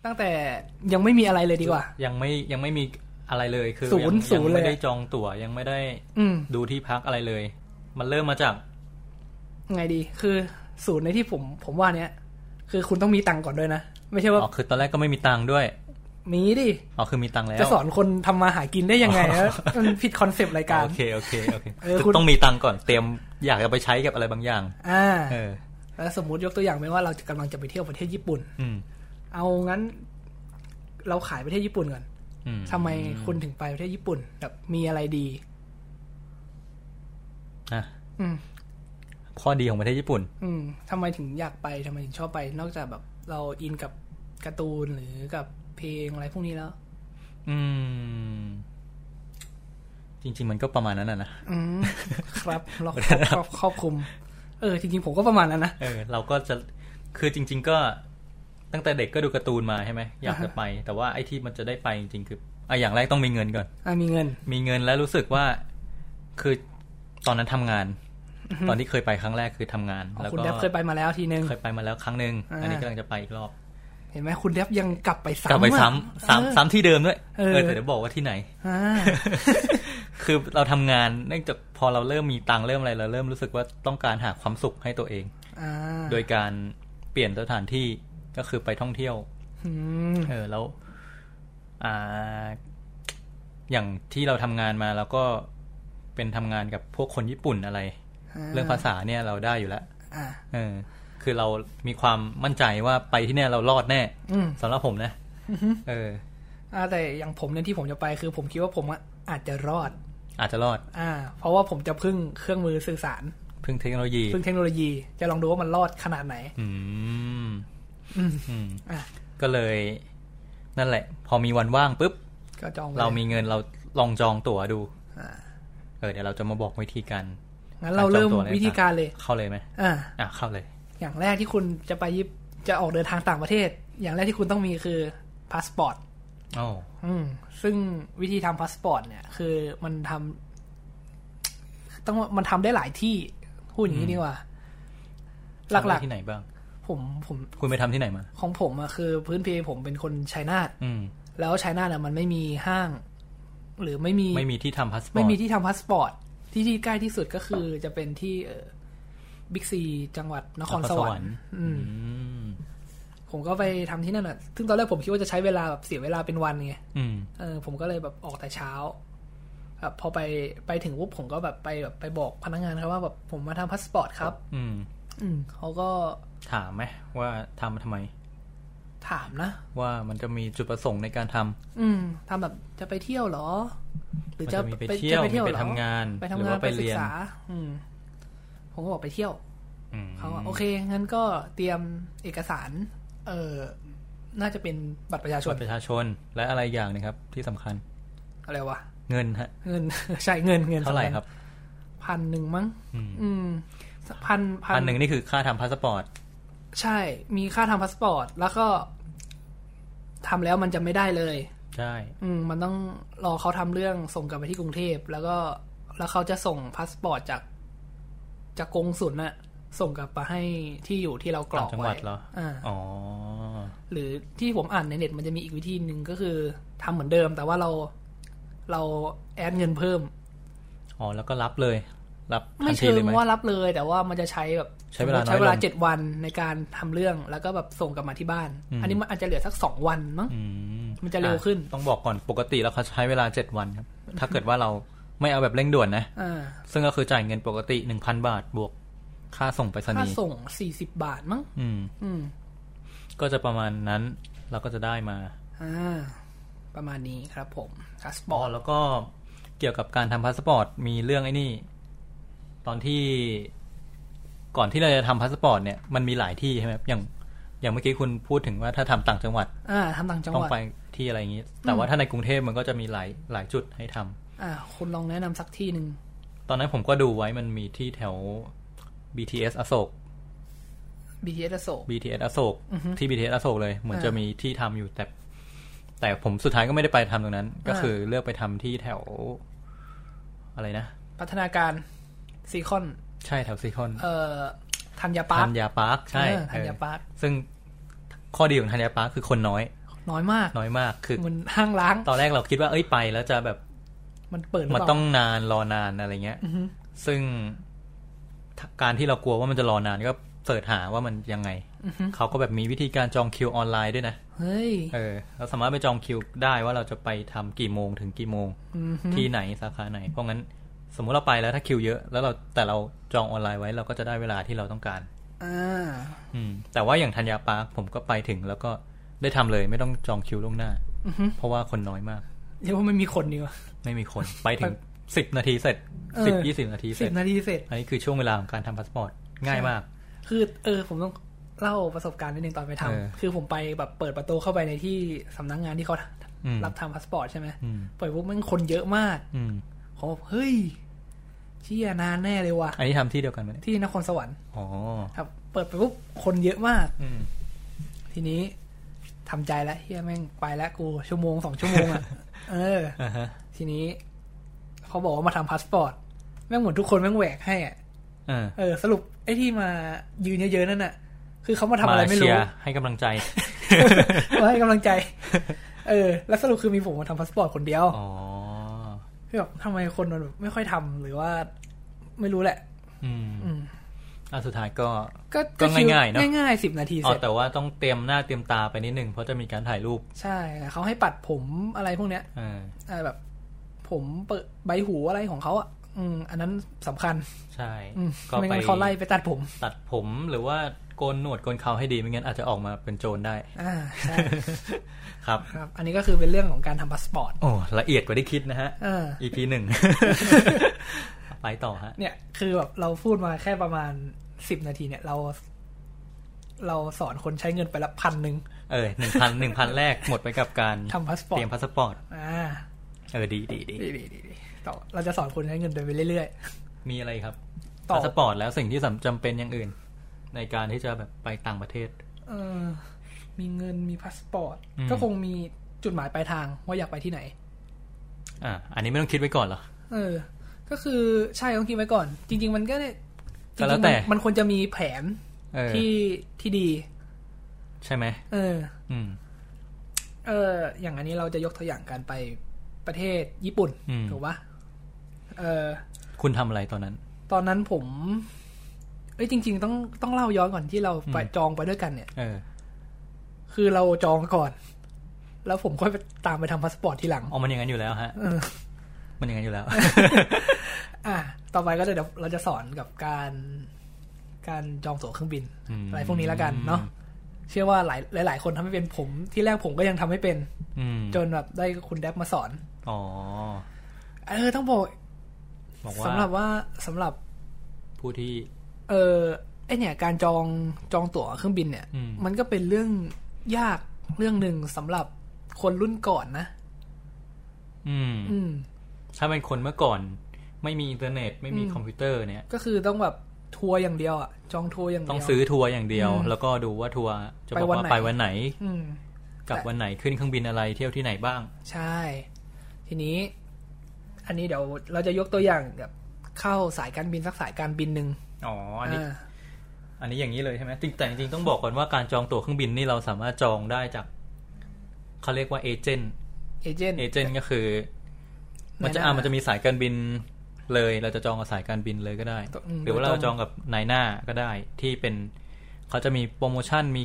[SPEAKER 4] ตั้งแต่ยังไม่มีอะไรเลยดีกว่า
[SPEAKER 5] ยังไม่ยังไม่มีอะไรเลยคือ
[SPEAKER 4] ศูนย์
[SPEAKER 5] ง
[SPEAKER 4] ศูนย์
[SPEAKER 5] งไม่
[SPEAKER 4] เลย
[SPEAKER 5] ได้
[SPEAKER 4] อะ
[SPEAKER 5] จองตั๋วยังไม่ได้
[SPEAKER 4] อืม
[SPEAKER 5] ดูที่พักอะไรเลย มันเริ่มมาจาก
[SPEAKER 4] ไงดี คือศูนย์ในที่ผมผมว่าเนี้ยคือคุณต้องมีตังค์ก่อนด้วยนะ ไม่ใช่ว่า
[SPEAKER 5] อ๋อคือตอนแรกก็ไม่มีตังค์ด้วย
[SPEAKER 4] มีดิ
[SPEAKER 5] อ๋อคือมีตังค์แล้ว
[SPEAKER 4] จะสอนคนทำมาหากินได้ยังไงนะมันผิดคอนเซปต์รายการ
[SPEAKER 5] โอเคโอเคโอเค
[SPEAKER 4] เออ
[SPEAKER 5] คือ
[SPEAKER 4] คุณ
[SPEAKER 5] ต้องมีตังค์ก่อนเตรียมอยากจะไปใช้กับอะไรบางอย่าง
[SPEAKER 4] อ่า
[SPEAKER 5] เออ
[SPEAKER 4] แล้วสมมติยกตัวอย่างไปว่าเราจะกำลังจะไปเที่ยวประเทศญี่ปุ่น
[SPEAKER 5] อืม
[SPEAKER 4] เอางั้น เราขายประเทศญี่ปุ่นก่อน
[SPEAKER 5] อืม
[SPEAKER 4] ทำไมคุณถึงไปประเทศญี่ปุ่นแบบมีอะไรดี
[SPEAKER 5] นะ
[SPEAKER 4] อืม
[SPEAKER 5] ข้อดีของประเทศญี่ปุ่น
[SPEAKER 4] อืมทำไมถึงอยากไปทำไมถึงชอบไป นอกจากแบบเราอินกับการ์ตูนหรือกับเพลงอะไรพวกนี้แล้ว
[SPEAKER 5] อืม จริง ๆ มันก็ประมาณนั้นนะนะ
[SPEAKER 4] อืม ครับ เราครอบครอบครอบคลุม เออ จริง ๆ ผมก็ประมาณนั้นนะ
[SPEAKER 5] เออ เราก็จะคือจริง ๆ ก็ตั้งแต่เด็กก็ดูการ์ตูนมาใช่ไหมอยากจะไป แต่ว่าไอ้ที่มันจะได้ไปจริงๆคืออ่ะอย่างแรกต้องมีเงินก่อน
[SPEAKER 4] อ่ะมีเงิน
[SPEAKER 5] มีเงินแล้วรู้สึกว่าคือตอนนั้นทำงาน ตอนที่เคยไปครั้งแรกคือทำงาน
[SPEAKER 4] อ๋อ
[SPEAKER 5] แล้ว
[SPEAKER 4] คุณ
[SPEAKER 5] ก็
[SPEAKER 4] แดบเคยไปมาแล้วทีนึง
[SPEAKER 5] เคยไปมาแล้วครั้งหนึ่ง
[SPEAKER 4] อ่า
[SPEAKER 5] อันนี้กำลังจะไปอีกรอบ
[SPEAKER 4] เห็นไหมคุณแดบยังกลับไปซ้ำ
[SPEAKER 5] กลับไปซ้ำ
[SPEAKER 4] อะ
[SPEAKER 5] ซ้ำ
[SPEAKER 4] เออ
[SPEAKER 5] ซ้ำที่เดิมด้วย
[SPEAKER 4] เออ
[SPEAKER 5] เออแต่เดี๋ยวบอกว่าที่ไหน
[SPEAKER 4] อ่า
[SPEAKER 5] คือเราทำงานเนื่องจากพอเราเริ่มมีตังค์เริ่มอะไรเราเริ่มรู้สึกว่าต้องการหาความสุขให้ตัวเอง
[SPEAKER 4] อ่า
[SPEAKER 5] โดยการเปลี่ยนสถานที่ก็คือไปท่องเที่ยว
[SPEAKER 4] อืม
[SPEAKER 5] เออแล้วอ่าอย่างที่เราทำงานมาเราก็เป็นทำงานกับพวกคนญี่ปุ่นอะไร เรื่องภาษาเนี่ยเราได้อยู่แล้ว
[SPEAKER 4] อ่า
[SPEAKER 5] เออ คือเรามีความมั่นใจว่าไปที่เนี่ยเรารอดแน่
[SPEAKER 4] อืม
[SPEAKER 5] สำหรับผมนะเออ
[SPEAKER 4] อ่าแต่อย่างผมเนี่ยที่ผมจะไปคือผมคิดว่าผมอะอาจจะรอด
[SPEAKER 5] อาจจะรอด
[SPEAKER 4] อ่า เพราะว่าผมจะพึ่งเครื่องมือสื่อสาร
[SPEAKER 5] พึ่งเทคโนโลยี
[SPEAKER 4] พึ่งเทคโนโลยี จะลองดูว่ามันรอดขนาดไหน
[SPEAKER 5] อืม อืม
[SPEAKER 4] อ่ะ
[SPEAKER 5] ก็เลย นั่นแหละ พอมีวันว่างปุ๊บ
[SPEAKER 4] ก็จองไว้
[SPEAKER 5] เรามีเงินเราลองจองตั๋วดู
[SPEAKER 4] อ่า
[SPEAKER 5] เออเดี๋ยวเราจะมาบอกวิธีการ
[SPEAKER 4] งั้นเราเริ่มวิธีการเลย
[SPEAKER 5] เข้าเลยไหม
[SPEAKER 4] อ่า
[SPEAKER 5] อ่ะเข้าเลย
[SPEAKER 4] อย่างแรกที่คุณจะไปยิปจะออกเดินทางต่างประเทศ อย่างแรกที่คุณต้องมีคือพาสปอร์ต
[SPEAKER 5] โอ้
[SPEAKER 4] อืม ซึ่งวิธีทำพาสปอร์ตเนี่ย คือมันทำต้องว่ามันทำได้หลายที่พูดอย่างนี้ดีกว่า หลัก
[SPEAKER 5] ที่ไหนบ้าง
[SPEAKER 4] ๆ ผมผม
[SPEAKER 5] คุณไปทำที่ไหนมา
[SPEAKER 4] ของผมอะคือพื้นเพผมเป็นคนชัยนาท
[SPEAKER 5] อืม
[SPEAKER 4] แล้วชัยนาทอะมันไม่มีห้าง หรือไม่มี
[SPEAKER 5] ไม่มีที่ทำพาสปอร์ต
[SPEAKER 4] ไม่มีที่ทำพาสปอร์ต ที่ที่ใกล้ที่สุดก็คือจะเป็นที่บิ๊กซีจังหวัดนครสวรรค์
[SPEAKER 5] อืม
[SPEAKER 4] ผมก็ไปทำที่นั่นอ่ะ ซึ่งตอนแรกผมคิดว่าจะใช้เวลาแบบเสียเวลาเป็นวันไง
[SPEAKER 5] อืม
[SPEAKER 4] เออผมก็เลยแบบออกแต่เช้าแบบพอไปไปถึงปุ๊บผมก็แบบไปแบบไปบอกพนักงานครับว่าแบบผมมาทำพาสปอร์ตครับ
[SPEAKER 5] อืม
[SPEAKER 4] อืมเขาก็
[SPEAKER 5] ถามไหมว่าทำมาทำไม
[SPEAKER 4] ถามนะ
[SPEAKER 5] ว่ามันจะมีจุดประสงค์ในการทำ
[SPEAKER 4] อืมทำแบบจะไปเที่ยวเหรอ หรือจะ
[SPEAKER 5] มันจะมีไปเที่ยว
[SPEAKER 4] จะ
[SPEAKER 5] มีไป
[SPEAKER 4] หรอ
[SPEAKER 5] ทำงาน
[SPEAKER 4] ไป
[SPEAKER 5] หรือง
[SPEAKER 4] ทำาน
[SPEAKER 5] ว่า
[SPEAKER 4] ไป
[SPEAKER 5] ไป
[SPEAKER 4] ศึ
[SPEAKER 5] เรี
[SPEAKER 4] ก
[SPEAKER 5] ยน
[SPEAKER 4] ษา อืม ผมก็บอกไปเที่ยว
[SPEAKER 5] อืม
[SPEAKER 4] เขาว่าโอเคงั้นก็เตรียมเอกสาร เออน่าจะเป็นบัตรประชาช
[SPEAKER 5] บั
[SPEAKER 4] น
[SPEAKER 5] ตรประชาชนและอะไรอย่างหนะครับ ที่สำคัญ
[SPEAKER 4] อะไรวะ
[SPEAKER 5] เงินฮะ
[SPEAKER 4] เงิน ใช่เงินเงิน
[SPEAKER 5] เท่าไหร่ครับ
[SPEAKER 4] พันหนึ่งมั้ง
[SPEAKER 5] อืม
[SPEAKER 4] อืมพันพัน
[SPEAKER 5] พันหนึ่งนี่คือค่าทำพาสปอร์ต
[SPEAKER 4] ใช่ มีค่าทำพาสปอร์ต แล้วก็ทำแล้วมันจะไม่ได้เลย
[SPEAKER 5] ใช่
[SPEAKER 4] อืม มันต้องรอเขาทำเรื่องส่งกลับไปที่กรุงเทพ แล้วก็แล้วเขาจะส่งพาสปอร์ตจากจากกงสุลน่ะ ส่งกลับมาให้ที่อยู่ที่เรากรอก
[SPEAKER 5] ต่างจังหวั
[SPEAKER 4] ไว้
[SPEAKER 5] ดเหรอ
[SPEAKER 4] อ่า
[SPEAKER 5] อ๋อ
[SPEAKER 4] หรือที่ผมอ่านในเน็ตมันจะมีอีกวิธีหนึ่งก็คือทำเหมือนเดิม แต่ว่าเราเราแอดเงินเพิ่ม
[SPEAKER 5] อ๋อ แล้วก็รับเลย รับทั
[SPEAKER 4] ไม่
[SPEAKER 5] นที
[SPEAKER 4] เชิ
[SPEAKER 5] เล
[SPEAKER 4] ง
[SPEAKER 5] ยไหม
[SPEAKER 4] ว่ารับเลย แต่ว่ามันจะใช้แบบ
[SPEAKER 5] ใช้เวลาน้อยลง
[SPEAKER 4] ใช้เวลาเจ็ดวันในการทำเรื่องแล้วก็แบบส่งกลับมาที่บ้าน
[SPEAKER 5] อืม
[SPEAKER 4] อันนี้มันอาจจะเหลือสักสองวันมั้ง
[SPEAKER 5] อื
[SPEAKER 4] มันจะเร็วขึ้น
[SPEAKER 5] อ่ะต้องบอกก่อนปกติแล้วเขาใช้เวลาเจ็ดวันครับ ถ้าเกิดว่าเราไม่เอาแบบเร่งด่วนนะ
[SPEAKER 4] อ่า
[SPEAKER 5] ซึ่งก็คือจ่ายเงินปกติหนึ่งพันบาทบวก ค่าส่งไปรษ
[SPEAKER 4] ค่า
[SPEAKER 5] ณีย์
[SPEAKER 4] ส่งสี่สิบบาทมั้ง
[SPEAKER 5] อืม
[SPEAKER 4] อืม
[SPEAKER 5] ก็จะประมาณนั้นเราก็จะได้มา
[SPEAKER 4] อ่า ประมาณนี้ครับผมพาสป
[SPEAKER 5] อ๋
[SPEAKER 4] อ
[SPEAKER 5] อ
[SPEAKER 4] ร์ต
[SPEAKER 5] แล้วก็เกี่ยวกับการทำพาสปอร์ตมีเรื่องไอ้นี่ ตอนที่ก่อนที่เราจะทำพาสปอร์ตเนี่ยมันมีหลายที่ใช่ไหมครับอย่างอย่างเมื่อกี้คุณพูดถึงว่าถ้าทำต่างจังหวัด
[SPEAKER 4] อ่าทำต่างจังห
[SPEAKER 5] ต้อง
[SPEAKER 4] วัด
[SPEAKER 5] ไปที่อะไรอย่างนี้ แต่ว่าถ้าในกรุงเทพมันก็จะมีหลายหลายจุดให้ทำ
[SPEAKER 4] อ่า คุณลองแนะนำสักที่หนึ่ง
[SPEAKER 5] ตอนนั้นผมก็ดูไว้มันมีที่แถว BTS อโศก
[SPEAKER 4] บีทีเอสโศก
[SPEAKER 5] BTS อโศก
[SPEAKER 4] อือฮึ
[SPEAKER 5] ที่ BTS อโศกเลยเหมือน
[SPEAKER 4] อ่า
[SPEAKER 5] จะมีที่ทำอยู่แต่ แต่ผมสุดท้ายก็ไม่ได้ไปทำตรงนั้น ก็
[SPEAKER 4] อ่า
[SPEAKER 5] คือเลือกไปทำที่แถว อะไรนะ
[SPEAKER 4] พัฒนาการซีคอน
[SPEAKER 5] ใช่แถวซีคอน
[SPEAKER 4] เอ่อธัญญาปาร์ค
[SPEAKER 5] ธัญญาปาร์คใช่
[SPEAKER 4] เออธัญญาปาร์ค
[SPEAKER 5] เออซึ่งข้อดีของธัญญาปาร์คคือคนน้อย
[SPEAKER 4] น้อยมาก
[SPEAKER 5] น้อยมากคือ
[SPEAKER 4] มันห้างล้าง
[SPEAKER 5] ตอนแรกเราคิดว่าเอ้ยไปแล้วจะแบบ
[SPEAKER 4] มันเปิดหรือ
[SPEAKER 5] มั
[SPEAKER 4] เป
[SPEAKER 5] น
[SPEAKER 4] ล่า
[SPEAKER 5] ต้องนานรอนานอะไรเงี้ย
[SPEAKER 4] อือฮึ
[SPEAKER 5] ซึ่งถ้าการที่เรากลัวว่ามันจะรอนานก็เสิร์ชหาว่ามันยังไง เขาก็แบบมีวิธีการจองคิวออนไลน์ด้วยนะ
[SPEAKER 4] เฮ้ย
[SPEAKER 5] เออเราสามารถไปจองคิวได้ว่าเราจะไปทำกี่โมงถึงกี่โมง
[SPEAKER 4] อือฮึ
[SPEAKER 5] ที่ไหนสาขาไหน เพราะงั้นสมมุติเราไปแล้วถ้าคิวเยอะแล้วเราแต่เราจองออนไลน์ไว้เราก็จะได้เวลาที่เราต้องการ
[SPEAKER 4] อ่า
[SPEAKER 5] อืมแต่ว่าอย่างธัญญาปาร์คผมก็ไปถึงแล้วก็ได้ทำเลยไม่ต้องจองคิวล่วงหน้า
[SPEAKER 4] อือฮึ
[SPEAKER 5] เพราะว่าคนน้อยมาก
[SPEAKER 4] เรียกว่าไม่มีคนดีกว่า
[SPEAKER 5] ไม่มีคน ไปถึงสิบนาทีเสร็จ
[SPEAKER 4] เออ
[SPEAKER 5] สิบยี่สิบนาทีเส
[SPEAKER 4] สิ
[SPEAKER 5] ร็จ
[SPEAKER 4] บนาทีเสร็จ
[SPEAKER 5] อันนี้คือช่วงเวลาของการทำพาสปอร์ตง่ายมาก
[SPEAKER 4] คือเออผมต้องเล่าประสบการณ์นิดนึงตอนไปทำ
[SPEAKER 5] เออ
[SPEAKER 4] คือผมไปแบบเปิดประตูเข้าไปในที่สำนักงานที่เขา
[SPEAKER 5] อืม
[SPEAKER 4] รับทำพาสปอร์ตใช่ไหม
[SPEAKER 5] อืม
[SPEAKER 4] เปิดปุ๊บมันคนเยอะมาก
[SPEAKER 5] อืม
[SPEAKER 4] ผมแบบเฮ้ยเชี่ยนานแน่เลยว่ะ
[SPEAKER 5] อันนี้ทำที่เดียวกันไหมเนี่ย
[SPEAKER 4] ที่นครสวรรค์
[SPEAKER 5] อ๋อ
[SPEAKER 4] ครับ เปิดไปปุ๊บคนเยอะมาก
[SPEAKER 5] อืม
[SPEAKER 4] ทีนี้ทำใจแล้วเฮียแม่งไปแล้วกูชั่วโมงสองชั่วโมง อ่ะ เออ
[SPEAKER 5] อ่าฮะ
[SPEAKER 4] ทีนี้เขาบอกว่ามาทำพาสปอร์ตแม่งเหมือนทุกคนแม่งแหวกให้อ่ะ
[SPEAKER 5] อ่า
[SPEAKER 4] เออสรุปไอ้ที่มายืนเยอะๆนั่นน่ะ คือเขามาทำ
[SPEAKER 5] มา
[SPEAKER 4] อะไรไม่
[SPEAKER 5] เชี
[SPEAKER 4] รู้
[SPEAKER 5] ยร์ให้กำลังใจ
[SPEAKER 4] มาให้กำลังใจ เออ แล้วสรุปคือมีผมมาทำพาสปอร์ตคนเดียว
[SPEAKER 5] อ๋อ
[SPEAKER 4] ที่แบบทำไมคนมันแบบไม่ค่อยทำหรือว่าไม่รู้แหละ
[SPEAKER 5] อืม
[SPEAKER 4] อืม
[SPEAKER 5] อ่ะสุดท้ายก็
[SPEAKER 4] ก็
[SPEAKER 5] ก็
[SPEAKER 4] ชิว
[SPEAKER 5] ง่ายๆเนอะ
[SPEAKER 4] ง่ายๆสิบนาที
[SPEAKER 5] อ๋
[SPEAKER 4] เส
[SPEAKER 5] อ
[SPEAKER 4] ร็จ
[SPEAKER 5] แต่ว่าต้องเตรียมหน้าเตรียมตาไปนิดนึงเพราะจะมีการถ่ายรูป
[SPEAKER 4] ใช่เขาให้ปัดผมอะไรพวกเนี้ย
[SPEAKER 5] อ่า
[SPEAKER 4] เออแบบ ผมเปิดใบหูอะไรของเขาอ่ะอืม อันนั้นสำคัญ
[SPEAKER 5] ใช่
[SPEAKER 4] อืม
[SPEAKER 5] ก็
[SPEAKER 4] ไม่
[SPEAKER 5] ไป
[SPEAKER 4] งั้นเขาไล่ไปตัดผม
[SPEAKER 5] ตัดผมหรือว่าโกนหนวดโกนเขาให้ดีไม่งั้นอาจจะออกมาเป็นโจรได้
[SPEAKER 4] อ่า ใช่
[SPEAKER 5] ครับ
[SPEAKER 4] ครับ อันนี้ก็คือเป็นเรื่องของการทำพาสปอร์ต
[SPEAKER 5] โอ้ละเอียดกว่าที่คิดนะฮะ
[SPEAKER 4] เออ
[SPEAKER 5] EP ห นึ่ง ไปต่อฮะ
[SPEAKER 4] เนี่ยคือแบบเราพูดมาแค่ประมาณสิบนาทีเนี่ยเรา เราสอนคนใช้เงินไปละพันหนึ่ง
[SPEAKER 5] เออหนึ่งพันหนึ่งพันแรกหมดไปกับการ
[SPEAKER 4] ทำพาสปอร์ต
[SPEAKER 5] เตรียมพาสปอร์ต
[SPEAKER 4] อ่า
[SPEAKER 5] เออดีดีดี
[SPEAKER 4] ดีดีดีดีต่อเราจะสอนคนใช้เงินเดินไปเรื่อย
[SPEAKER 5] มีอะไรครับ
[SPEAKER 4] ต่อ
[SPEAKER 5] พาสปอร์ตแล้วสิ่งที่สำจำเป็นอย่างอื่น ในการที่จะแบบไปต่างประเทศ
[SPEAKER 4] ๆ เออ มีเงินมีพาสปอร์ต
[SPEAKER 5] อืม
[SPEAKER 4] ก็คงมีจุดหมายปลายทางว่าอยากไปที่ไหน
[SPEAKER 5] อ่า อันนี้ไม่ต้องคิดไว้ก่อนเหรอ
[SPEAKER 4] เออ ก็คือใช่ต้องคิดไว้ก่อน จริง ๆ มันก็ได้จ
[SPEAKER 5] ก็แล้
[SPEAKER 4] ริ
[SPEAKER 5] ว
[SPEAKER 4] งๆ
[SPEAKER 5] แต่
[SPEAKER 4] มันมันควรจะมีแผน
[SPEAKER 5] เออ
[SPEAKER 4] ที่ที่ดี
[SPEAKER 5] ใช่ไหม
[SPEAKER 4] เออ
[SPEAKER 5] อืม
[SPEAKER 4] เออ อย่างอันนี้เราจะยกตัวอย่างการไปประเทศญี่ปุ่น
[SPEAKER 5] อืม
[SPEAKER 4] ถูกปะเออ
[SPEAKER 5] คุณทำอะไรตอนนั้น
[SPEAKER 4] ตอนนั้นผม เอ้ยจริง ๆ ต้องต้องเล่าย้อนก่อนที่เราไปจองไปด้วยกันเนี่ย
[SPEAKER 5] เออ
[SPEAKER 4] คือเราจองก่อน แล้วผมค่อยไปตามไปทำพาสปอร์ตทีหลัง
[SPEAKER 5] เอามันอย่างนั้นอยู่แล้วฮะมันอย่างนั้ นอยู่แล้ว
[SPEAKER 4] อ่ะต่อไปก็เดี๋ยวเราจะสอนกับการการจองตั๋วเครื่องบิน
[SPEAKER 5] อืม
[SPEAKER 4] อะไรพวกนี้แล้วกันเนาะเชื่อว่าหลายหลาย ๆ คนทำไม่เป็นผมที่แรกผมก็ยังทำไม่เป็น
[SPEAKER 5] อืม
[SPEAKER 4] จนแบบได้คุณแดบมาสอน
[SPEAKER 5] อ๋อ
[SPEAKER 4] เออต้องบอก
[SPEAKER 5] บอกว่า
[SPEAKER 4] สำหรับว่าสำหรับ
[SPEAKER 5] ผู้ที่
[SPEAKER 4] เออไอเนี่ยการจองจองตั๋วเครื่องบินเนี่ย
[SPEAKER 5] อืม
[SPEAKER 4] มันก็เป็นเรื่องยากเรื่องหนึ่งสำหรับคนรุ่นก่อนนะ
[SPEAKER 5] อืม
[SPEAKER 4] อืม
[SPEAKER 5] ถ้าเป็นคนเมื่อก่อน ไม่มีอินเทอร์เน็ตไม่มีคอมพิวเตอร์เนี่ย
[SPEAKER 4] ก็คือต้องแบบทัวร์อย่างเดียวอะจองทัวร์อย่างเดียว
[SPEAKER 5] ต้องซื้อทัวร์อย่างเดียว
[SPEAKER 4] อืม
[SPEAKER 5] แล้วก็ดูว่าทัวร์จะบ
[SPEAKER 4] ไป
[SPEAKER 5] อก
[SPEAKER 4] วัน
[SPEAKER 5] ว่า
[SPEAKER 4] ไหน
[SPEAKER 5] ไปวันไหน
[SPEAKER 4] ม
[SPEAKER 5] กลับวันไหนขึ้นเครื่องบินอะไรเที่ยวที่ไหนบ้าง
[SPEAKER 4] ใช่ ทีนี้ อันนี้เดี๋ยวเราจะยกตัวอย่างแบบเข้าสายการบินสักสายการบินหนึ่ง
[SPEAKER 5] อ๋ออันนี้
[SPEAKER 4] อ่า
[SPEAKER 5] อันนี้อย่างนี้เลยใช่ไหมจริงแต่จริงๆต้องบอกก่อนว่าการจองตั๋วเครื่องบินนี่เราสามารถจองได้จากเขาเรียกว่าเอเจนต์
[SPEAKER 4] เอเจนต์
[SPEAKER 5] เอเจนต์ก็คือ มันจะ
[SPEAKER 4] นายหน้า
[SPEAKER 5] อ่ะมันจะมีสายการบินเลย เราจะจองกับสายการบินเลยก็ได้
[SPEAKER 4] อืม
[SPEAKER 5] หรือว่า
[SPEAKER 4] โดยตรง
[SPEAKER 5] เราจะจองกับนายหน้าก็ได้ ที่เป็นเขาจะมีโปรโมชั่นมี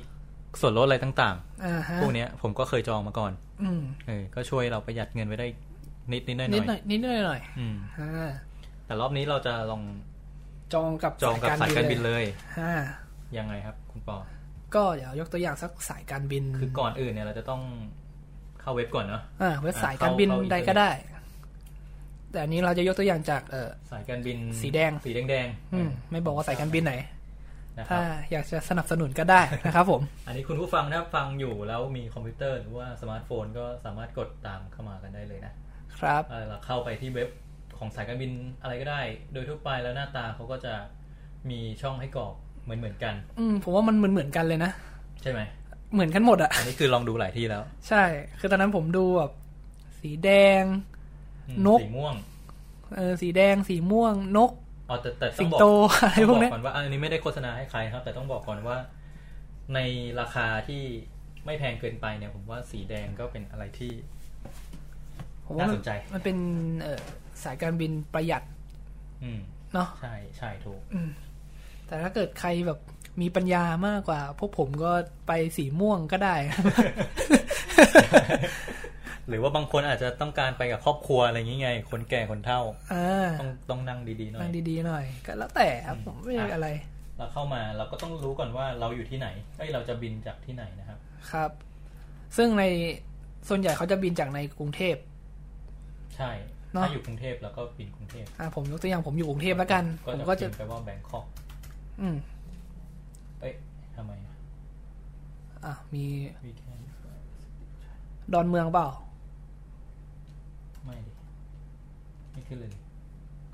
[SPEAKER 5] ส่วนลดอะไรต่าง
[SPEAKER 4] อ่าฮะ
[SPEAKER 5] ๆ พวกเนี้ยผมก็เคยจองมาก่อน
[SPEAKER 4] อืม
[SPEAKER 5] เออก็ช่วยเราประหยัดเงินไว้ได้นิดนิดๆหน่อยห
[SPEAKER 4] นิดหน่
[SPEAKER 5] น่
[SPEAKER 4] อ
[SPEAKER 5] อย ย
[SPEAKER 4] นิดหน่อยหน่อย
[SPEAKER 5] อืม
[SPEAKER 4] อ่า
[SPEAKER 5] แต่รอบนี้เราจะลอง
[SPEAKER 4] จองกับ
[SPEAKER 5] จองกับสายการบินเลย
[SPEAKER 4] อ่า
[SPEAKER 5] ยังไงครับ คุณปอ
[SPEAKER 4] ก็เดี๋ยวยกตัวอย่างสักสายการบิน
[SPEAKER 5] คือก่อนอื่นเนี่ยเราจะต้องเข้าเว็บก่อนเนาะ
[SPEAKER 4] อ่าเว็บสายการบิน
[SPEAKER 5] เข้าเข้า
[SPEAKER 4] ใดก็ได้ แต่อันนี้เราจะยกตัวอย่างจากเออ
[SPEAKER 5] สายการบิน
[SPEAKER 4] สีแดง
[SPEAKER 5] สีแดงแดงๆ
[SPEAKER 4] อืม ไม่บอกว่าสายการบินไหน
[SPEAKER 5] นะครั
[SPEAKER 4] ถ้า
[SPEAKER 5] บ
[SPEAKER 4] อยากจะสนับสนุนก็ได้นะครับผม
[SPEAKER 5] อันนี้คุณผู้ฟังถ้าฟังอยู่แล้วมีคอมพิวเตอร์หรือว่าสมาร์ทโฟนก็สามารถกดตามเข้ามากันได้เลยนะครับ เอ่อเราเข้าไปที่เว็บของสายการบินอะไรก็ได้ โดยทั่วไปแล้วหน้าตาเขาก็จะมีช่องให้กรอกเหมือนเหมือนๆกัน
[SPEAKER 4] อืมผมว่ามันเหมือนเหมือนๆกันเลยนะ
[SPEAKER 5] ใช่ไหม
[SPEAKER 4] เหมือนกันหมดอะ
[SPEAKER 5] อันนี้คือลองดูหลายที่แล้ว
[SPEAKER 4] ใช่ คือตอนนั้นผมดูแบบสีแดง
[SPEAKER 5] อืม
[SPEAKER 4] นก
[SPEAKER 5] สีม่วง
[SPEAKER 4] เออสีแดง สีม่วง นก
[SPEAKER 5] อ๋อแต่แต่
[SPEAKER 4] สิ
[SPEAKER 5] อง งบอก
[SPEAKER 4] โตอะไรพวกเนี้ย
[SPEAKER 5] ต้องบอกก่อนว่าอันนี้ไม่ได้โฆษณาให้ใครครับ แต่ต้องบอกก่อนว่า ในราคาที่ไม่แพงเกินไปเนี่ย ผมว่าสีแดงก็เป็นอะไรที่
[SPEAKER 4] ผมว่า
[SPEAKER 5] น่า
[SPEAKER 4] มั
[SPEAKER 5] สนใจ
[SPEAKER 4] มันเป็นเออสายการบินประหยัด
[SPEAKER 5] อืม
[SPEAKER 4] เนาะ
[SPEAKER 5] ใช่ใช่ถูก
[SPEAKER 4] แต่ถ้าเกิดใครแบบมีปัญญามากกว่า พวกผมก็ไปสีม่วงก็ได้
[SPEAKER 5] หรือว่าบางคนอาจจะต้องการไปกับครอบครัวอะไรอย่างงี้ไง คนแก่คนเฒ่า
[SPEAKER 4] อ่า
[SPEAKER 5] ต้องต้องนั่งดีๆหน่อย
[SPEAKER 4] นั่งดีๆหน่อย ก็แล้วแต่ครับผมไม่ได้อะไร
[SPEAKER 5] เราเข้ามาเราก็ต้องรู้ก่อนว่าเราอยู่ที่ไหนเอ้ยเราจะบินจากที่ไหนนะครับ
[SPEAKER 4] ครับ ซึ่งในส่วนใหญ่เขาจะบินจากในกรุงเทพ
[SPEAKER 5] ใช่
[SPEAKER 4] เนอะ
[SPEAKER 5] ถ้าอยู่กรุงเทพเราก็บินกรุงเทพ
[SPEAKER 4] อ่าผมยกตัวอย่างผมอยู่กรุงเทพแล้วกัน ผมก็
[SPEAKER 5] ก็
[SPEAKER 4] จะ
[SPEAKER 5] จะบินไปว่าแบงคอก
[SPEAKER 4] อืม
[SPEAKER 5] เอ้ยทำไมนะ
[SPEAKER 4] อ่ะมี
[SPEAKER 5] We can fly
[SPEAKER 4] ดอนเมืองเปล่า
[SPEAKER 5] ไม่ดิไม่ขึ้นเลยดิ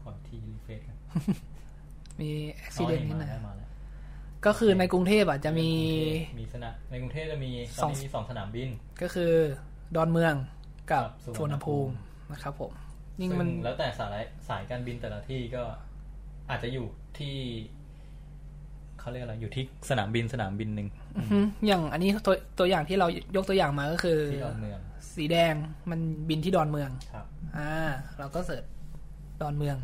[SPEAKER 5] ขอทีรีเฟซกัน
[SPEAKER 4] มีอุบิเหตุนิดหน่อย
[SPEAKER 5] อ๋อมาแล้ว
[SPEAKER 4] ก็คือในกรุงเทพอ่ะจะมี
[SPEAKER 5] มีสนามในกรุงเทพจะมี
[SPEAKER 4] ส
[SPEAKER 5] ต
[SPEAKER 4] อ
[SPEAKER 5] อง นนี้มีสองสนามบิน
[SPEAKER 4] ก็คือดอนเมืองกับ
[SPEAKER 5] ครับ
[SPEAKER 4] สุวรรณภูมินะครับผมยิ่งมัน
[SPEAKER 5] ซึ่งแล้วแต่สายสายการบินแต่ละที่ก็อาจจะอยู่ที่เขาเรียกอะไรอยู่ที่สนามบินสนามบินหนึ่ง
[SPEAKER 4] อื้อหืออย่างอันนี้ตัวตัวอย่างที่เรายกตัวอย่างมาก็คือ
[SPEAKER 5] ที่ดอนเมือง
[SPEAKER 4] สีแดงมันบินที่ดอนเมือง
[SPEAKER 5] ครับ
[SPEAKER 4] อ่า เราก็เสิร์ชดอนเมือง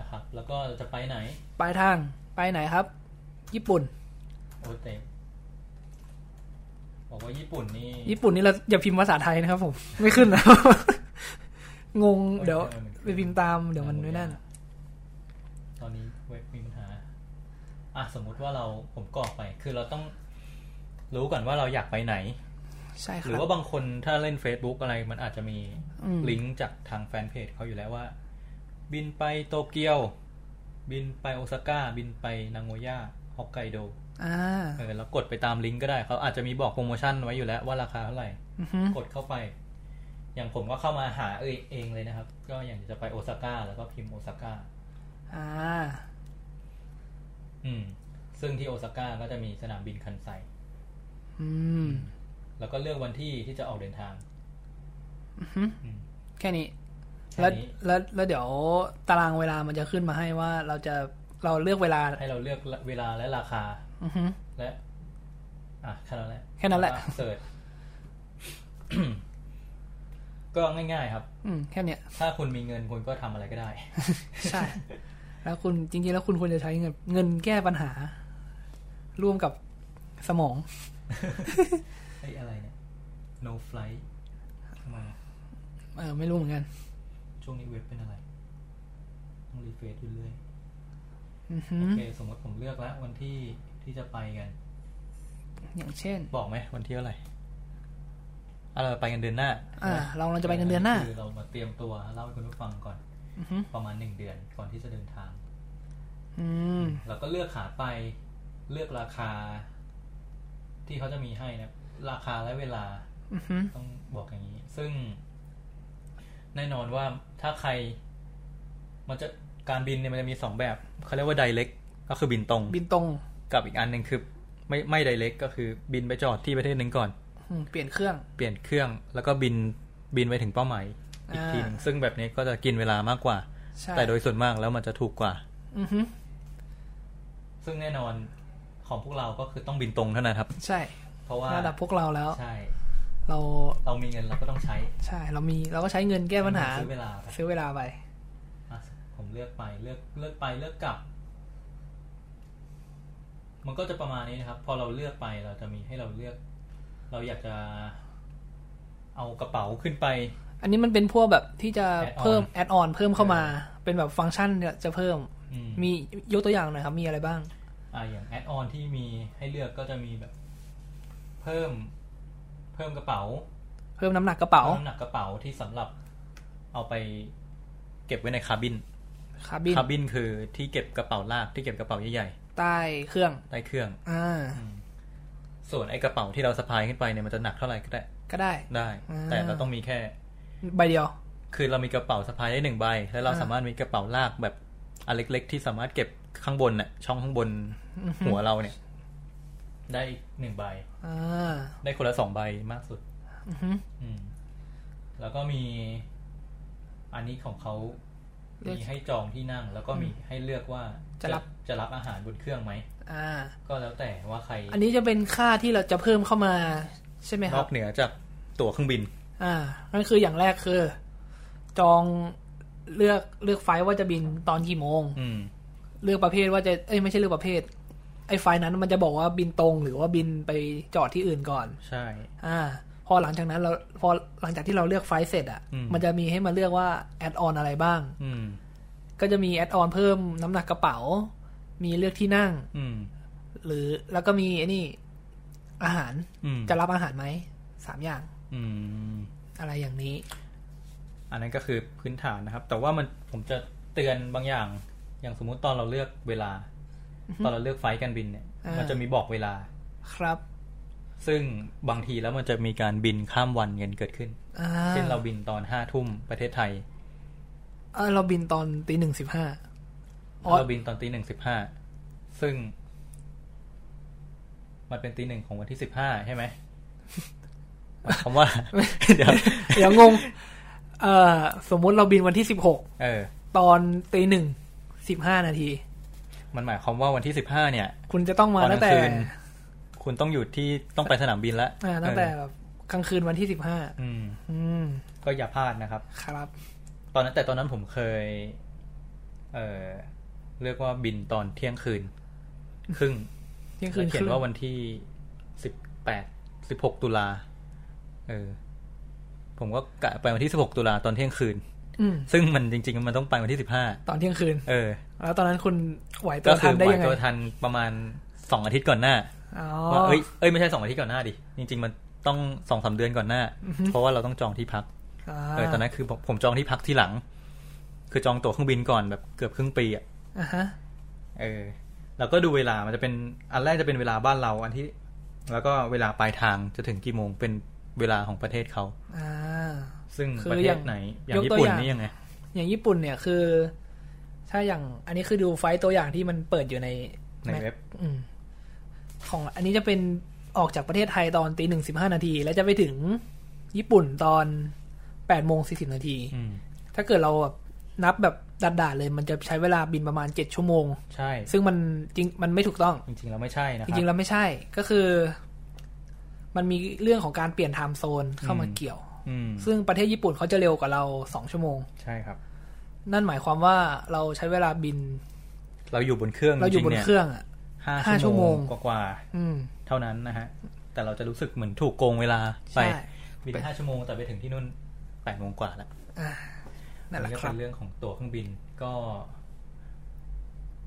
[SPEAKER 5] นะครับ แล้วก็จะไปไหน
[SPEAKER 4] ปลายทางไปไหนครับ ญี่ปุ่น
[SPEAKER 5] โอเตบอกว่าญี่ปุ่นนี่
[SPEAKER 4] ญี่ปุ่นนี่เราอย่าพิมพ์ภาษาไทยนะครับผม ไม่ขึ้น นะ งงเดี๋ยวไปพิมพ์ตามเดี๋ยวมันไม่นั่น
[SPEAKER 5] ตอนนี้เว็บมีปัญหาอ่ะสมมุติว่าเราผมกรอกไป คือเราต้องรู้ก่อนว่าเราอยากไปไหน
[SPEAKER 4] ใช่ค
[SPEAKER 5] หรื
[SPEAKER 4] รั
[SPEAKER 5] อบ ว่าบางคนถ้าเล่น Facebook อะไรมันอาจจะมี
[SPEAKER 4] อืม
[SPEAKER 5] ลิงก์จากทางแฟนเพจเขาอยู่แล้วว่า บินไปโตเกียว บินไปโอซาก้า บินไปนางโงย่าฮอกไกโด
[SPEAKER 4] อ่า
[SPEAKER 5] เออแล้วกดไปตามลิงก์ก็ได้เขาอาจจะมีบอกโปรโมชั่นไว้อยู่แล้วว่าราคาเท่าไหร่
[SPEAKER 4] อื้อหือก
[SPEAKER 5] ดเข้าไป อย่างผมก็เข้ามาหาเอยเองเลยนะครับ ก็อย่างจะไปโอซาก้าแล้วก็พิมพ์โอซาก้า
[SPEAKER 4] อ่า
[SPEAKER 5] อืม ซึ่งที่โอซาก้าก็จะมีสนามบินคันไซ
[SPEAKER 4] อืม
[SPEAKER 5] แล้วก็เลือกวันที่ที่จะออกเดินทาง อืม
[SPEAKER 4] แค่นี้
[SPEAKER 5] แค่
[SPEAKER 4] แล้ว
[SPEAKER 5] นี้
[SPEAKER 4] แล้วแล้วเดี๋ยวตารางเวลามันจะขึ้นมาให้ว่าเราจะเราเลือกเวลา
[SPEAKER 5] ให้เราเลือกเวลาและราคา
[SPEAKER 4] อือฮึ
[SPEAKER 5] และอ่ะแค่นั้นแหละ
[SPEAKER 4] แค่นั้นแหละ
[SPEAKER 5] อ่เสิร์ช ก็ง่ายๆครับ
[SPEAKER 4] อืมแค่เนี้ย
[SPEAKER 5] ถ้าคุณมีเงินคุณก็ทำอะไรก็ได้
[SPEAKER 4] ใช่ แล้วคุณจริงๆ แล้วคุณควรจะใช้เงินเงินแก้ปัญหา ร่วมกับสมอง
[SPEAKER 5] อ้ยอะไรเนี่ย no flight มา
[SPEAKER 4] เออไม่รู้เหมือนกัน
[SPEAKER 5] ช่วงนี้เว็บเป็นอะไรต้องรีเฟรชอยู่เรื่อย
[SPEAKER 4] อือหื
[SPEAKER 5] โอ
[SPEAKER 4] อ
[SPEAKER 5] เค สมมติผมเลือกแล้ววันที่ที่จะไปกัน
[SPEAKER 4] อย่างเช่น
[SPEAKER 5] บอกไหมวันที่เท่าไหร่อ่ะเราไปกันเดือนหน้า
[SPEAKER 4] อ่าเราเราจะไปกันเดือนหน้า
[SPEAKER 5] คือเรามาเตรียมตัวเล่าให้คุณผู้ฟังก่อน
[SPEAKER 4] อือหือ
[SPEAKER 5] ประมาณหนึ่งเดือนก่อนที่จะเดินทาง
[SPEAKER 4] อืม
[SPEAKER 5] เราก็เลือกขาไปเลือกราคา ที่เขาจะมีให้นะราคาและเวลา
[SPEAKER 4] อือหือ
[SPEAKER 5] ต้องบอกอย่างนี้ ซึ่ง แน่นอนว่าถ้าใคร มันจะการบินเนี่ยมันจะมีสองแบบเขาเรียกว่า direct ก็คือบินตรง
[SPEAKER 4] บินตรง
[SPEAKER 5] กับอีกอันหนึ่งคือ ไม่ไม่ direct ก็คือบินไปจอดที่ประเทศหนึ่งก่อน
[SPEAKER 4] อืมเปลี่ยนเครื่อง
[SPEAKER 5] เปลี่ยนเครื่องแล้วก็บินบินไปถึงเป้าหมายอีกทีหนึง
[SPEAKER 4] อ่า
[SPEAKER 5] ซึ่งแบบนี้ก็จะกินเวลามากกว่า
[SPEAKER 4] ใช่
[SPEAKER 5] แต่โดยส่วนมากแล้วมันจะถูกกว่า
[SPEAKER 4] อือหือ
[SPEAKER 5] ซึ่งแน่นอนของพวกเราก็คือต้องบินตรงเท่านั้นครับ
[SPEAKER 4] ใช่
[SPEAKER 5] เพราะว่า
[SPEAKER 4] ระดับพวกเราแล้ว
[SPEAKER 5] ใช่
[SPEAKER 4] เรา
[SPEAKER 5] เรามีเงินเราก็ต้องใช้
[SPEAKER 4] ใช่เรามีเราก็ใช้เงินแก้ปัญหา
[SPEAKER 5] ซื้อเวลาไป
[SPEAKER 4] ซื้อเวลาไป
[SPEAKER 5] อ่ะผมเลือกไปเลือกเลือกไปเลือกกลับ มันก็จะประมาณนี้นะครับ พอเราเลือกไปเราจะมีให้เราเลือก เราอยากจะ เอากระเป๋าขึ้นไป
[SPEAKER 4] อันนี้มันเป็นพวกแบบที่จะ
[SPEAKER 5] Add-on
[SPEAKER 4] เพิ่มแอดออนเพิ่มเข้ามา เป็นแบบฟังก์ชันเนี่ยจะเพิ่ม
[SPEAKER 5] อืม
[SPEAKER 4] มียกตัวอย่างหน่อยครับ มีอะไรบ้าง
[SPEAKER 5] อ่าอย่างแอดออนที่มีให้เลือกก็จะมีแบบ เพิ่ม เพิ่มกระเป๋า
[SPEAKER 4] เพิ่มน้ำหนักกระเป๋า
[SPEAKER 5] พิ่มน้ำหนักกระเป๋าที่สำหรับ เอาไป เก็บไว้ในคาบิน
[SPEAKER 4] คาร์บิน
[SPEAKER 5] คาบินคือที่เก็บกระเป๋าลากที่เก็บกระเป๋าใหญ่
[SPEAKER 4] ใต้เครื่อง
[SPEAKER 5] ๆใต้เครื่อง
[SPEAKER 4] อ่า
[SPEAKER 5] ส่วนไอ้กระเป๋าที่เราสะพายขึ้นไปเนี่ยมันจะหนักเท่าไหร่ก็ได้
[SPEAKER 4] ก็ได้
[SPEAKER 5] ได้
[SPEAKER 4] อ่า
[SPEAKER 5] แต่เราต้องมีแค่
[SPEAKER 4] ใบเดียว
[SPEAKER 5] คือเรามีกระเป๋าสะพายได้หนึ่งใบ แล้วเรา
[SPEAKER 4] อ่า
[SPEAKER 5] สามารถมีกระเป๋าลากแบบอันเล็ก ๆ ที่สามารถเก็บข้างบนน่ะช่องข้างบนหัวเราเนี่ย ได้อีกหนึ่งใบ
[SPEAKER 4] อ่า
[SPEAKER 5] ได้คนละสองใบมากสุด
[SPEAKER 4] อือหือ
[SPEAKER 5] อืม แล้วก็มี อันนี้ของเขา
[SPEAKER 4] เลือก
[SPEAKER 5] มีให้จองที่นั่ง แล้วก็มีให้เลือกว่า
[SPEAKER 4] จะรับ
[SPEAKER 5] จะรับอาหารบนเครื่องไหม
[SPEAKER 4] อ่า
[SPEAKER 5] ก็แล้วแต่ว่าใคร
[SPEAKER 4] อันนี้จะเป็นค่าที่เราจะเพิ่มเข้ามาใช่ไหมคนรั
[SPEAKER 5] อบ กเหนือจากตั๋วเครื่องบิน
[SPEAKER 4] อ่านั่นคืออย่างแรกคือ จองเลือกเลือกไฟล์ว่าจะบินตอนกี่โมง
[SPEAKER 5] อืม
[SPEAKER 4] เลือกประเภทว่าจะเอ้ยไม่ใช่เลือกประเภท ไอ้ไฟล์นั้นมันจะบอกว่าบินตรงหรือว่าบินไปจอดที่อื่นก่อน
[SPEAKER 5] ใช่
[SPEAKER 4] อ่า พอหลังจากนั้นเราพอหลังจากที่เราเลือกไฟล์เสร็จอะ่ะ
[SPEAKER 5] อืม
[SPEAKER 4] มันจะมีให้มาเลือกว่าแอดออนอะไรบ้าง
[SPEAKER 5] อืม
[SPEAKER 4] ก็จะมีแอดออนเพิ่มน้ำหนักกระเป๋า มีเลือกที่นั่ง
[SPEAKER 5] อืม
[SPEAKER 4] หรือแล้วก็มีไอ้นี่อาหาร
[SPEAKER 5] อืม
[SPEAKER 4] จะรับอาหารไหมสามอย่าง
[SPEAKER 5] อืม
[SPEAKER 4] อะไรอย่างนี้
[SPEAKER 5] อันนั้นก็คือพื้นฐานนะครับ แต่ว่ามันผมจะเตือนบางอย่าง อย่างสมมุติตอนเราเลือกเวลา ตอนเราเลือกไฟล์การบินเนี่ย
[SPEAKER 4] อ่ามั
[SPEAKER 5] มันจะมีบอกเวลา
[SPEAKER 4] ครับ
[SPEAKER 5] ซึ่งบางทีแล้วมันจะมีการบินข้ามวันกันเกิดขึ้น
[SPEAKER 4] อ่า
[SPEAKER 5] เช่นเราบินตอนห้าทุ่มประเทศไทย
[SPEAKER 4] เอ้ยเราบินตอนตีหนึ่งสิบห้า อ๋อ
[SPEAKER 5] แล้วเราบินตอนตีหนึ่งสิบห้า ซึ่ง มันเป็นตีหนึ่งของวันที่สิบห้าใช่ไหม หมายคำว่า เดี๋ยว
[SPEAKER 4] เดี๋ยวงงเอ่อสมมุติเราบินวันที่สิบหก
[SPEAKER 5] เออ
[SPEAKER 4] ตอนตีหนึ่งสิบห้านาที
[SPEAKER 5] มันหมายความว่าวันที่สิบห้าเนี่ย
[SPEAKER 4] คุณจะต้องมา
[SPEAKER 5] ตอนก
[SPEAKER 4] ตั้
[SPEAKER 5] ลา
[SPEAKER 4] ง
[SPEAKER 5] ง
[SPEAKER 4] แต่
[SPEAKER 5] คืน คุณต้องอยู่ที่ต้องไปสนามบินแล้ว
[SPEAKER 4] อ่าตั้งแต่
[SPEAKER 5] เออ
[SPEAKER 4] แบบกลางคืนวันที่สิบห้า
[SPEAKER 5] อืม
[SPEAKER 4] อืม
[SPEAKER 5] ก็อย่าพลาดนะครับ
[SPEAKER 4] ครับ
[SPEAKER 5] ตอนนั้นแต่ตอนนั้นผมเคย เออเรียกว่าบินตอนเที่ยงคืน ครึ่ง
[SPEAKER 4] เที่ยงคื
[SPEAKER 5] และ
[SPEAKER 4] น
[SPEAKER 5] เขียน
[SPEAKER 4] รึ่ง
[SPEAKER 5] ว่าวันที่สิบแปดสิบหกตุลาเออ ผมก็กะไปวันที่สิบหกตุลาตอนเที่ยงคืน
[SPEAKER 4] อืม
[SPEAKER 5] ซึ่งมันจริง ๆ มันต้องไปวันที่สิบห้า
[SPEAKER 4] ตอนเที่ยงคืน
[SPEAKER 5] เออ
[SPEAKER 4] แล้วตอนนั้นคุณไหวตั
[SPEAKER 5] ก็
[SPEAKER 4] ว
[SPEAKER 5] คื
[SPEAKER 4] ทั
[SPEAKER 5] อน ไห
[SPEAKER 4] ได้
[SPEAKER 5] ว
[SPEAKER 4] ยังไง
[SPEAKER 5] ตัวทันประมาณสองอาทิตย์ก่อนหน้า
[SPEAKER 4] อ๋อ
[SPEAKER 5] ว่าเอ้ยเอ้ยไม่ใช่สองอาทิตย์ก่อนหน้าดิจริง ๆ มันต้องสองสามเดือนก่อนหน้า เพราะว่าเราต้องจองที่พัก
[SPEAKER 4] า
[SPEAKER 5] เออตอนนั้นคือผมผมจองที่พักที่หลัง คือจองตั๋วเครื่องบินก่อนแบบเกือบครึ่งปีอ่ะ
[SPEAKER 4] อ่าฮะ
[SPEAKER 5] เออแล้วก็ดูเวลามันจะเป็นอันแรกจะเป็นเวลาบ้านเราอันที่ แล้วก็เวลาปลายทางจะถึงกี่โมงเป็นเวลาของประเทศเขา
[SPEAKER 4] อ่า
[SPEAKER 5] ซึ่ง
[SPEAKER 4] คือ
[SPEAKER 5] ประเท
[SPEAKER 4] อ
[SPEAKER 5] ศ
[SPEAKER 4] ย่าง
[SPEAKER 5] ไหน อย่าง
[SPEAKER 4] ยก
[SPEAKER 5] ญี่
[SPEAKER 4] ตัว
[SPEAKER 5] ปุ่น
[SPEAKER 4] อย่าง
[SPEAKER 5] นี่ยังไง
[SPEAKER 4] อย่างญี่ปุ่นเนี่ยคือ ถ้าอย่างอันนี้คือดูไฟล์ตัวอย่างที่มันเปิดอยู่ใน
[SPEAKER 5] ในเว็บ
[SPEAKER 4] อืม ของอันนี้จะเป็นออกจากประเทศไทยตอนตีหนึ่งสิบห้านาที แล้วจะไปถึงญี่ปุ่นตอนแปดโมงสี่สิบนาที
[SPEAKER 5] อืม
[SPEAKER 4] ถ้าเกิดเราแบบนับแบบด่าๆเลย มันจะใช้เวลาบินประมาณเจ็ดชั่วโมง
[SPEAKER 5] ใช่
[SPEAKER 4] ซึ่งมันจริงมันไม่ถูกต้อง
[SPEAKER 5] จริงๆแล้วไม่ใช่นะค
[SPEAKER 4] จ
[SPEAKER 5] รับ
[SPEAKER 4] ริงๆแล้วไม่ใช่ ก็คือ มันมีเรื่องของการเปลี่ยนไทม์โซนเข้ามา
[SPEAKER 5] อืม
[SPEAKER 4] เกี่ยว
[SPEAKER 5] อืม
[SPEAKER 4] ซึ่งประเทศญี่ปุ่นเขาจะเร็วกว่าเราสองชั่วโมง
[SPEAKER 5] ใช่ครับ
[SPEAKER 4] นั่นหมายความว่าเราใช้เวลาบิน
[SPEAKER 5] เราอยู่บนเครื่อง
[SPEAKER 4] เราอยู่
[SPEAKER 5] จ
[SPEAKER 4] บ
[SPEAKER 5] งๆ
[SPEAKER 4] น
[SPEAKER 5] นี่
[SPEAKER 4] เครื่องอ่ะ
[SPEAKER 5] ห้า
[SPEAKER 4] ห้าชั่
[SPEAKER 5] ชั่ว
[SPEAKER 4] ว
[SPEAKER 5] โม
[SPEAKER 4] โม
[SPEAKER 5] ง
[SPEAKER 4] ง
[SPEAKER 5] กว่า
[SPEAKER 4] อืม
[SPEAKER 5] ๆเท่านั้นนะฮะ แต่เราจะรู้สึกเหมือนถูกโกงเวลาไป
[SPEAKER 4] ใช่
[SPEAKER 5] บินห้าชั่วโมงแต่ไปถึงที่นู่นแปดโมงกว่าแล้ว
[SPEAKER 4] อ่านั่นแห
[SPEAKER 5] อั
[SPEAKER 4] ละ
[SPEAKER 5] ก็
[SPEAKER 4] ครับ
[SPEAKER 5] เป็นเรื่องของตั๋วเครื่องบินก็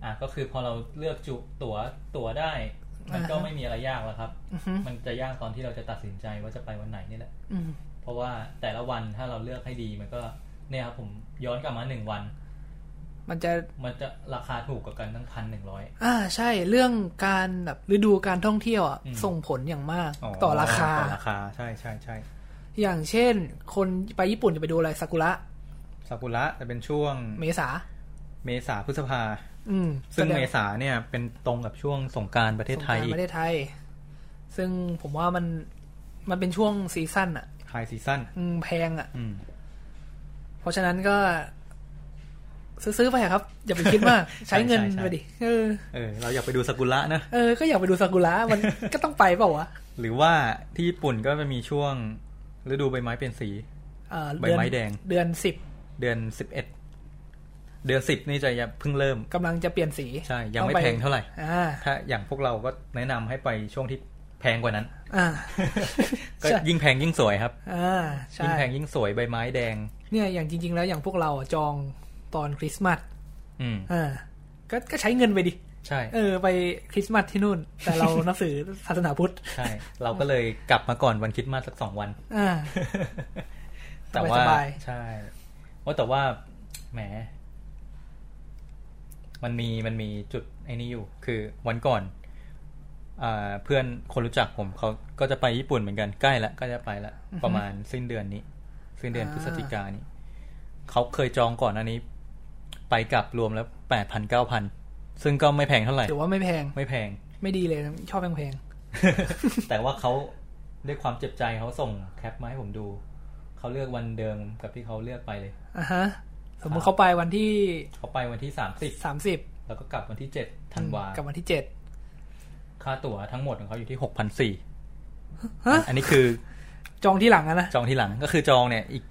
[SPEAKER 5] อ่ะก็คือพอเราเลือกจุตั๋วตั๋วได้ มันก็
[SPEAKER 4] อ่าฮะ
[SPEAKER 5] ไม่มีอะไรยากแล้วครับ
[SPEAKER 4] อือฮึ
[SPEAKER 5] มันจะยากตอนที่เราจะตัดสินใจว่าจะไปวันไหนนี่แหละ
[SPEAKER 4] อืม
[SPEAKER 5] เพราะว่าแต่ละวันถ้าเราเลือกให้ดีมันก็เนี่ยครับผมย้อนกลับมาหนึ่งวัน
[SPEAKER 4] มันจะ
[SPEAKER 5] มันจะราคาถูกกว่ากันตั้งพันหนึ่งร้อย
[SPEAKER 4] อ่าใช่เรื่องการแบบฤดูการท่องเที่ยวอ่ะ
[SPEAKER 5] อืม
[SPEAKER 4] ส่งผลอย่างมากต่อราคา
[SPEAKER 5] ต่อราคาใช่ใช่ใช่
[SPEAKER 4] อย่างเช่น คนไปญี่ปุ่นจะไปดูอะไรซากุระ
[SPEAKER 5] ซากุระจะเป็นช่วง
[SPEAKER 4] เมษา
[SPEAKER 5] เมษาพฤษภา
[SPEAKER 4] อืม
[SPEAKER 5] ซึ่ง
[SPEAKER 4] แสด
[SPEAKER 5] เมษาเนี่ยเป็นตรงกับช่วงสงกรารประเทศไทย
[SPEAKER 4] สงก
[SPEAKER 5] อี
[SPEAKER 4] รานต์ป
[SPEAKER 5] ก
[SPEAKER 4] ระเทศไทย ซึ่งผมว่ามันมันเป็นช่วงซีซั่นอ่ะ
[SPEAKER 5] ไฮซีซั่น
[SPEAKER 4] อืมแพงอ่ะ
[SPEAKER 5] อืม
[SPEAKER 4] เพราะฉะนั้นก็ ซื้อๆไปอะครับ อย่าไปคิดมาก ใช้เงิน
[SPEAKER 5] ใช่ใช่
[SPEAKER 4] ไปดิเออ
[SPEAKER 5] เออเราอยากไปดูซากุระนะ
[SPEAKER 4] เออ ก็อยากไปดูซากุระมัน ก็ต้องไปเปล่าวะ
[SPEAKER 5] หรือว่าที่ญี่ปุ่นก็จะมีช่วงฤดูใบไม้เปลี่ยนสี
[SPEAKER 4] เอ่อ
[SPEAKER 5] ใบ
[SPEAKER 4] เดือน
[SPEAKER 5] ไม้แดง
[SPEAKER 4] เดือนสิบ
[SPEAKER 5] เดือนสิบเอ็ดเดือนสิบนี่จะยังเพิ่งเริ่ม
[SPEAKER 4] กำลังจะเปลี่ยนสี
[SPEAKER 5] ใช่ ยังไม่
[SPEAKER 4] ต้อ
[SPEAKER 5] แพงเท่าไหร่
[SPEAKER 4] อ่า
[SPEAKER 5] ถ้าอย่างพวกเราก็แนะนำให้ไปช่วงที่แพงกว่านั้น
[SPEAKER 4] อ่า
[SPEAKER 5] ก็
[SPEAKER 4] ใช่
[SPEAKER 5] ยิ่งแพงยิ่งสวยครับ
[SPEAKER 4] อ่าใช่
[SPEAKER 5] ยิ่งแพงยิ่งสวยใบไม้แดง
[SPEAKER 4] เนี่ยอย่างจริง ๆ แล้วอย่างพวกเราอะจองตอนคริสต์มาส
[SPEAKER 5] อืม
[SPEAKER 4] อ่าก็ก็ใช้เงินไปดิ
[SPEAKER 5] ใช่
[SPEAKER 4] เออ ไปคริสต์มาสที่นู่น แต่เรา นับถือศาสนาพุทธ
[SPEAKER 5] ใช่ เราก็เลยกลับมาก่อนวันคริดมาสสักสองวัน
[SPEAKER 4] อ่า
[SPEAKER 5] แต่ว่า
[SPEAKER 4] สบาย
[SPEAKER 5] ใช่ว่าแต่ว่าแหม มันมีมันมีจุดไอ้นี้อยู่ คือวันก่อนอาเพื่อนคนรู้จักผมเขาก็จะไปญี่ปุ่นเหมือนกันใกล้ละใก็จะไปละประมาณสิ้นเดือนนี้ สิ้นเดือนพฤศจิกายนนี้เขาเคยจองก่อนอันนี้ ไปกลับรวมแล้วแปดพันเก้าพันซึ่งก็ไม่แพงเท่าไหร่
[SPEAKER 4] ถือว่าไม่แพง
[SPEAKER 5] ไม่แพง
[SPEAKER 4] ไม่ดีเลยชอบแพง
[SPEAKER 5] แต่ว่าเขาด้วยความเจ็บใจเขาส่งแคปมาให้ผมดู เขาเลือกวันเดิมกับที่เขาเลือกไปเลย
[SPEAKER 4] ๆอ่ะฮะ สมมุติเขาไปวันที่
[SPEAKER 5] เขาไปวันที่สามสิบ
[SPEAKER 4] สามสิบ
[SPEAKER 5] แล้วก็กลับวันที่เจ็ดธันวา
[SPEAKER 4] กับวันที่เจ็ด
[SPEAKER 5] ค่าตั๋วทั้งหมดของเขาอยู่ที่หกพันสี่
[SPEAKER 4] ฮะ
[SPEAKER 5] อันนี้คือ
[SPEAKER 4] จองที่หลังอะนะ
[SPEAKER 5] จองที่หลังก็คือจองเนี่ย อีก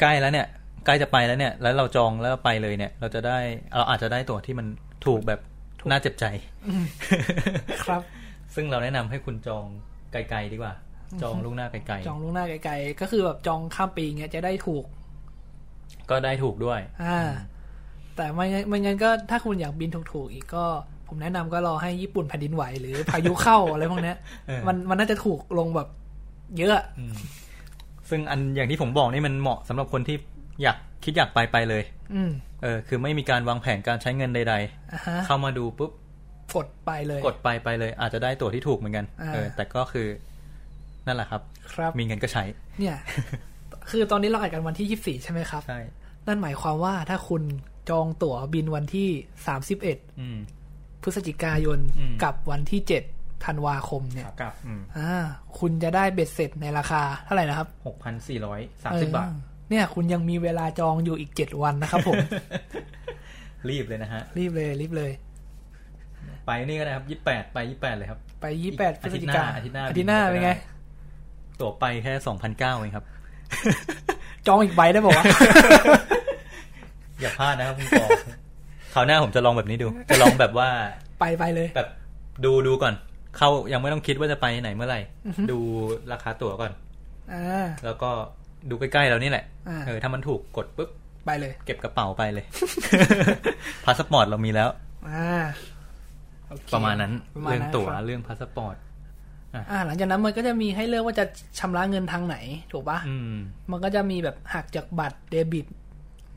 [SPEAKER 5] ใกล้แล้วเนี่ย ใกล้จะไปแล้วเนี่ย แล้วเราจองแล้วไปเลยเนี่ย เราจะได้เราอาจจะได้ตั๋วที่มันถูกแบบน่าเจ็บใจ
[SPEAKER 4] ครับ
[SPEAKER 5] ซึ่งเราแนะนำให้คุณจองไกลๆดีกว่า จองล่วงหน้าไกล
[SPEAKER 4] จองล่วงหน้าไกลๆก็คือแบบจองข้ามปีเงี้ยจะได้ถูก
[SPEAKER 5] ๆก็ได้ถูกด้วย
[SPEAKER 4] อ่า แต่ไม่งั้นไม่งั้นก็ถ้าคุณอยากบินถูกๆอีกก็ ผมแนะนำก็รอให้ญี่ปุ่นแผ่นดินไหวหรือพายุเข้า อะไรพวกเนี้ย
[SPEAKER 5] เออ
[SPEAKER 4] มันมันน่าจะถูกลงแบบ เยอะ
[SPEAKER 5] ซึ่งอันอย่างที่ผมบอกนี่มันเหมาะสำหรับคนที่อยากคิดอยากไปไปเลย
[SPEAKER 4] อืม
[SPEAKER 5] เออ คือไม่มีการวางแผนการใช้เงินใด
[SPEAKER 4] อ่ะฮะ
[SPEAKER 5] ๆ เข้ามาดูปุ๊บ
[SPEAKER 4] กดไปเลย
[SPEAKER 5] กดไปไปเลยอาจจะได้ตั๋วที่ถูกเหมือนกัน
[SPEAKER 4] อ่า
[SPEAKER 5] เออ แต่ก็คือนั่นแหละครับ
[SPEAKER 4] ครับ
[SPEAKER 5] มีเงินก็ใช้
[SPEAKER 4] เนี่ย คือตอนนี้เราอัดกันวันที่ยี่สี่ใช่ไหมครับ
[SPEAKER 5] ใช่
[SPEAKER 4] นั่นหมายความว่าถ้าคุณจองตั๋วบินวันที่สามสิบเอ็ด
[SPEAKER 5] อืม
[SPEAKER 4] พฤศจิกายน
[SPEAKER 5] อืม
[SPEAKER 4] กับวันที่เจ็ดธันวาคมเนี่ย
[SPEAKER 5] กลับ
[SPEAKER 4] อ่า คุณจะได้เบ็ดเสร็จในราคาเท่าไหร่นะครับ
[SPEAKER 5] หกพันสี่ร้อยสามสิบบาท
[SPEAKER 4] เออเนี่ยคุณยังมีเวลาจองอยู่อีกเจ็ดวันนะครับผม
[SPEAKER 5] รีบเลยนะฮะ
[SPEAKER 4] รีบเลยรีบเลย
[SPEAKER 5] ไปนี่ก็ได้ครับยี่แปดไปยี่แปดเลยครับ
[SPEAKER 4] ไปยี่แปดพฤศจิกา
[SPEAKER 5] อาทิตย์หน้าอา
[SPEAKER 4] อา
[SPEAKER 5] ทิ
[SPEAKER 4] ทิ
[SPEAKER 5] ต
[SPEAKER 4] ตย์
[SPEAKER 5] ย์ห
[SPEAKER 4] ห
[SPEAKER 5] น้า
[SPEAKER 4] น้าเป็นไง
[SPEAKER 5] ตั๋วไปแค่สองพันเก้าเองครับ
[SPEAKER 4] จองอีกใบได้บอก ว่าวะ
[SPEAKER 5] อย่าพลาดนะครับ คุณปอคราวหน้าผมจะลองแบบนี้ดู จะลองแบบว่า
[SPEAKER 4] ไปไปเลย
[SPEAKER 5] แบบดูดูก่อน เข้ายังไม่ต้องคิดว่าจะไปไหนเมื่อไหร่ ดูราคาตั๋วก่อน
[SPEAKER 4] อ่า
[SPEAKER 5] แล้วก็ดูใกล้ๆเรานี่แหละ
[SPEAKER 4] อ่า
[SPEAKER 5] เออถ้ามันถูกกดปุ๊บ
[SPEAKER 4] ไปเลย
[SPEAKER 5] เก็บกระเป๋าไปเลย พาสปอร์ตเรามีแล้ว
[SPEAKER 4] อ่าโอเค
[SPEAKER 5] ประมาณนั้น
[SPEAKER 4] ประมาณ
[SPEAKER 5] เรื่อง
[SPEAKER 4] นั้น
[SPEAKER 5] ตั๋ว
[SPEAKER 4] ครับ
[SPEAKER 5] เรื่องพาสปอร์ต
[SPEAKER 4] อ่า หลังจากนั้นมันก็จะมีให้เลือกว่าจะชำระเงินทางไหน ถูกปะ
[SPEAKER 5] อืม
[SPEAKER 4] มันก็จะมีแบบหักจากบัตรเดบิต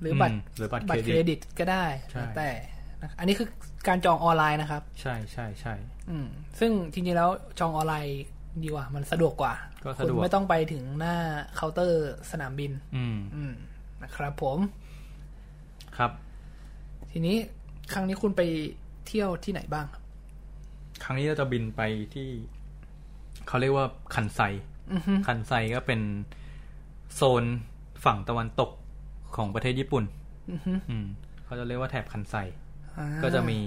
[SPEAKER 4] หรือบัตร
[SPEAKER 5] อืมหรือบัตร
[SPEAKER 4] บัตร
[SPEAKER 5] เค
[SPEAKER 4] เค
[SPEAKER 5] ร
[SPEAKER 4] ร
[SPEAKER 5] ดิ
[SPEAKER 4] ดิ
[SPEAKER 5] ต
[SPEAKER 4] ตก็ได้
[SPEAKER 5] ใช่
[SPEAKER 4] แล้วแต่นะอันนี้คือการจองออนไลน์นะครับ
[SPEAKER 5] ใช่ใช่ใช่
[SPEAKER 4] อืมซึ่งจริงๆแล้วจองออนไลน์ดีกว่า มันสะดวกกว่า
[SPEAKER 5] ก็สะดวก
[SPEAKER 4] คุณไม่ต้องไปถึงหน้าเคาน์เตอร์สนามบิน
[SPEAKER 5] อืม
[SPEAKER 4] อืมนะครับผม
[SPEAKER 5] ครับ
[SPEAKER 4] ทีนี้ครั้งนี้คุณไปเที่ยวที่ไหนบ้าง
[SPEAKER 5] ครั้งนี้เราจะบินไปที่ เขาเรียกว่าคันไซ
[SPEAKER 4] อือฮึ
[SPEAKER 5] คันไซก็เป็นโซนฝั่งตะวันตกของประเทศญี่ปุ่น
[SPEAKER 4] อือฮึ
[SPEAKER 5] อืมเขาจะเรียกว่าแถบคันไซ
[SPEAKER 4] อ่า
[SPEAKER 5] ก็จะมี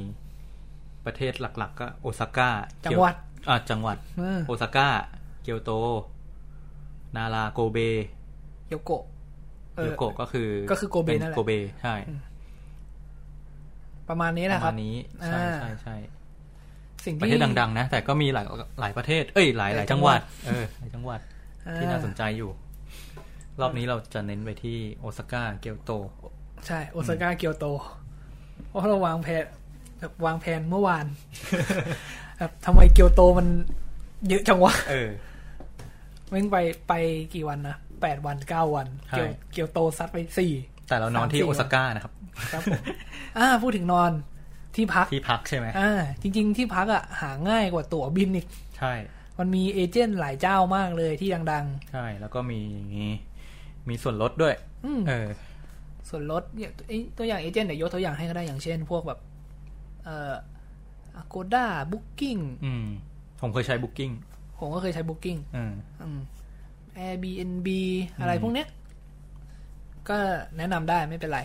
[SPEAKER 5] ประเทศหลัก ๆ ก็โอซาก้า
[SPEAKER 4] จังหวัด
[SPEAKER 5] เกียวอ่าจังหวัด
[SPEAKER 4] อ่า
[SPEAKER 5] โอซาก้า เกียวโต นาราโกเบ
[SPEAKER 4] โยโกะเออ
[SPEAKER 5] โยโกะก็คือ
[SPEAKER 4] ก็คือโกเบ
[SPEAKER 5] ป็
[SPEAKER 4] นั่นแหละ
[SPEAKER 5] โกเบใช่
[SPEAKER 4] ประมาณนี้
[SPEAKER 5] ป
[SPEAKER 4] แหละ
[SPEAKER 5] ระ
[SPEAKER 4] ครั
[SPEAKER 5] มา
[SPEAKER 4] บ
[SPEAKER 5] ณนี้ ใช่
[SPEAKER 4] อ่า
[SPEAKER 5] ใช่ใช่
[SPEAKER 4] สิ่ง
[SPEAKER 5] ประ
[SPEAKER 4] ที่
[SPEAKER 5] เทศดังๆ นะ แต่ก็มีหลายหลายประเทศ เอ้ยหลายหลายจังหวัด เออหลายจังหวัด
[SPEAKER 4] อ่า
[SPEAKER 5] ที่น่าสนใจอยู่ รอบนี้เราจะเน้นไปที่โอซาก้าเกียวโต
[SPEAKER 4] ใช่โอซาก้าเกียวโตเพราะเราวางแผนแบบวางแผนเมื่อ วาน แบบทำไมเกียวโตมันเยอะจังวะ
[SPEAKER 5] เออ
[SPEAKER 4] แม่งไปไปกี่วันนะแปดวันเก้าวัน
[SPEAKER 5] ใช่
[SPEAKER 4] เกียวเกียวโตซัดไปสี่
[SPEAKER 5] แต่เรานอนที่
[SPEAKER 4] สามสี่
[SPEAKER 5] โอซาก้านะครับ
[SPEAKER 4] ครับผ ม อ่าพูดถึงนอนที่พัก
[SPEAKER 5] ที่พักใช่ไหม
[SPEAKER 4] อ่า จริง ๆ ที่พักอะหาง่ายกว่าตั๋วบินอีก
[SPEAKER 5] ใช่
[SPEAKER 4] มันมีเอเจนต์หลายเจ้ามากเลยที่ดัง
[SPEAKER 5] ใช่ แล้วก็มีอย่างนี้มีส่วนลดด้วย
[SPEAKER 4] อืม
[SPEAKER 5] เออ
[SPEAKER 4] ๆ ส่วนลดเนี่ยเอ้ยตัวอย่างเอเจนต์เดี๋ยวยกตัวอย่างให้ก็ได้อย่างเช่น พวกแบบ เอ่อ Agoda Booking
[SPEAKER 5] อืม ผมเคยใช้ Booking
[SPEAKER 4] ผมก็เคยใช้ Booking
[SPEAKER 5] อืม
[SPEAKER 4] อืม Airbnb อะไรพวกเนี้ย ก็แนะนำได้ไม่เป็นไร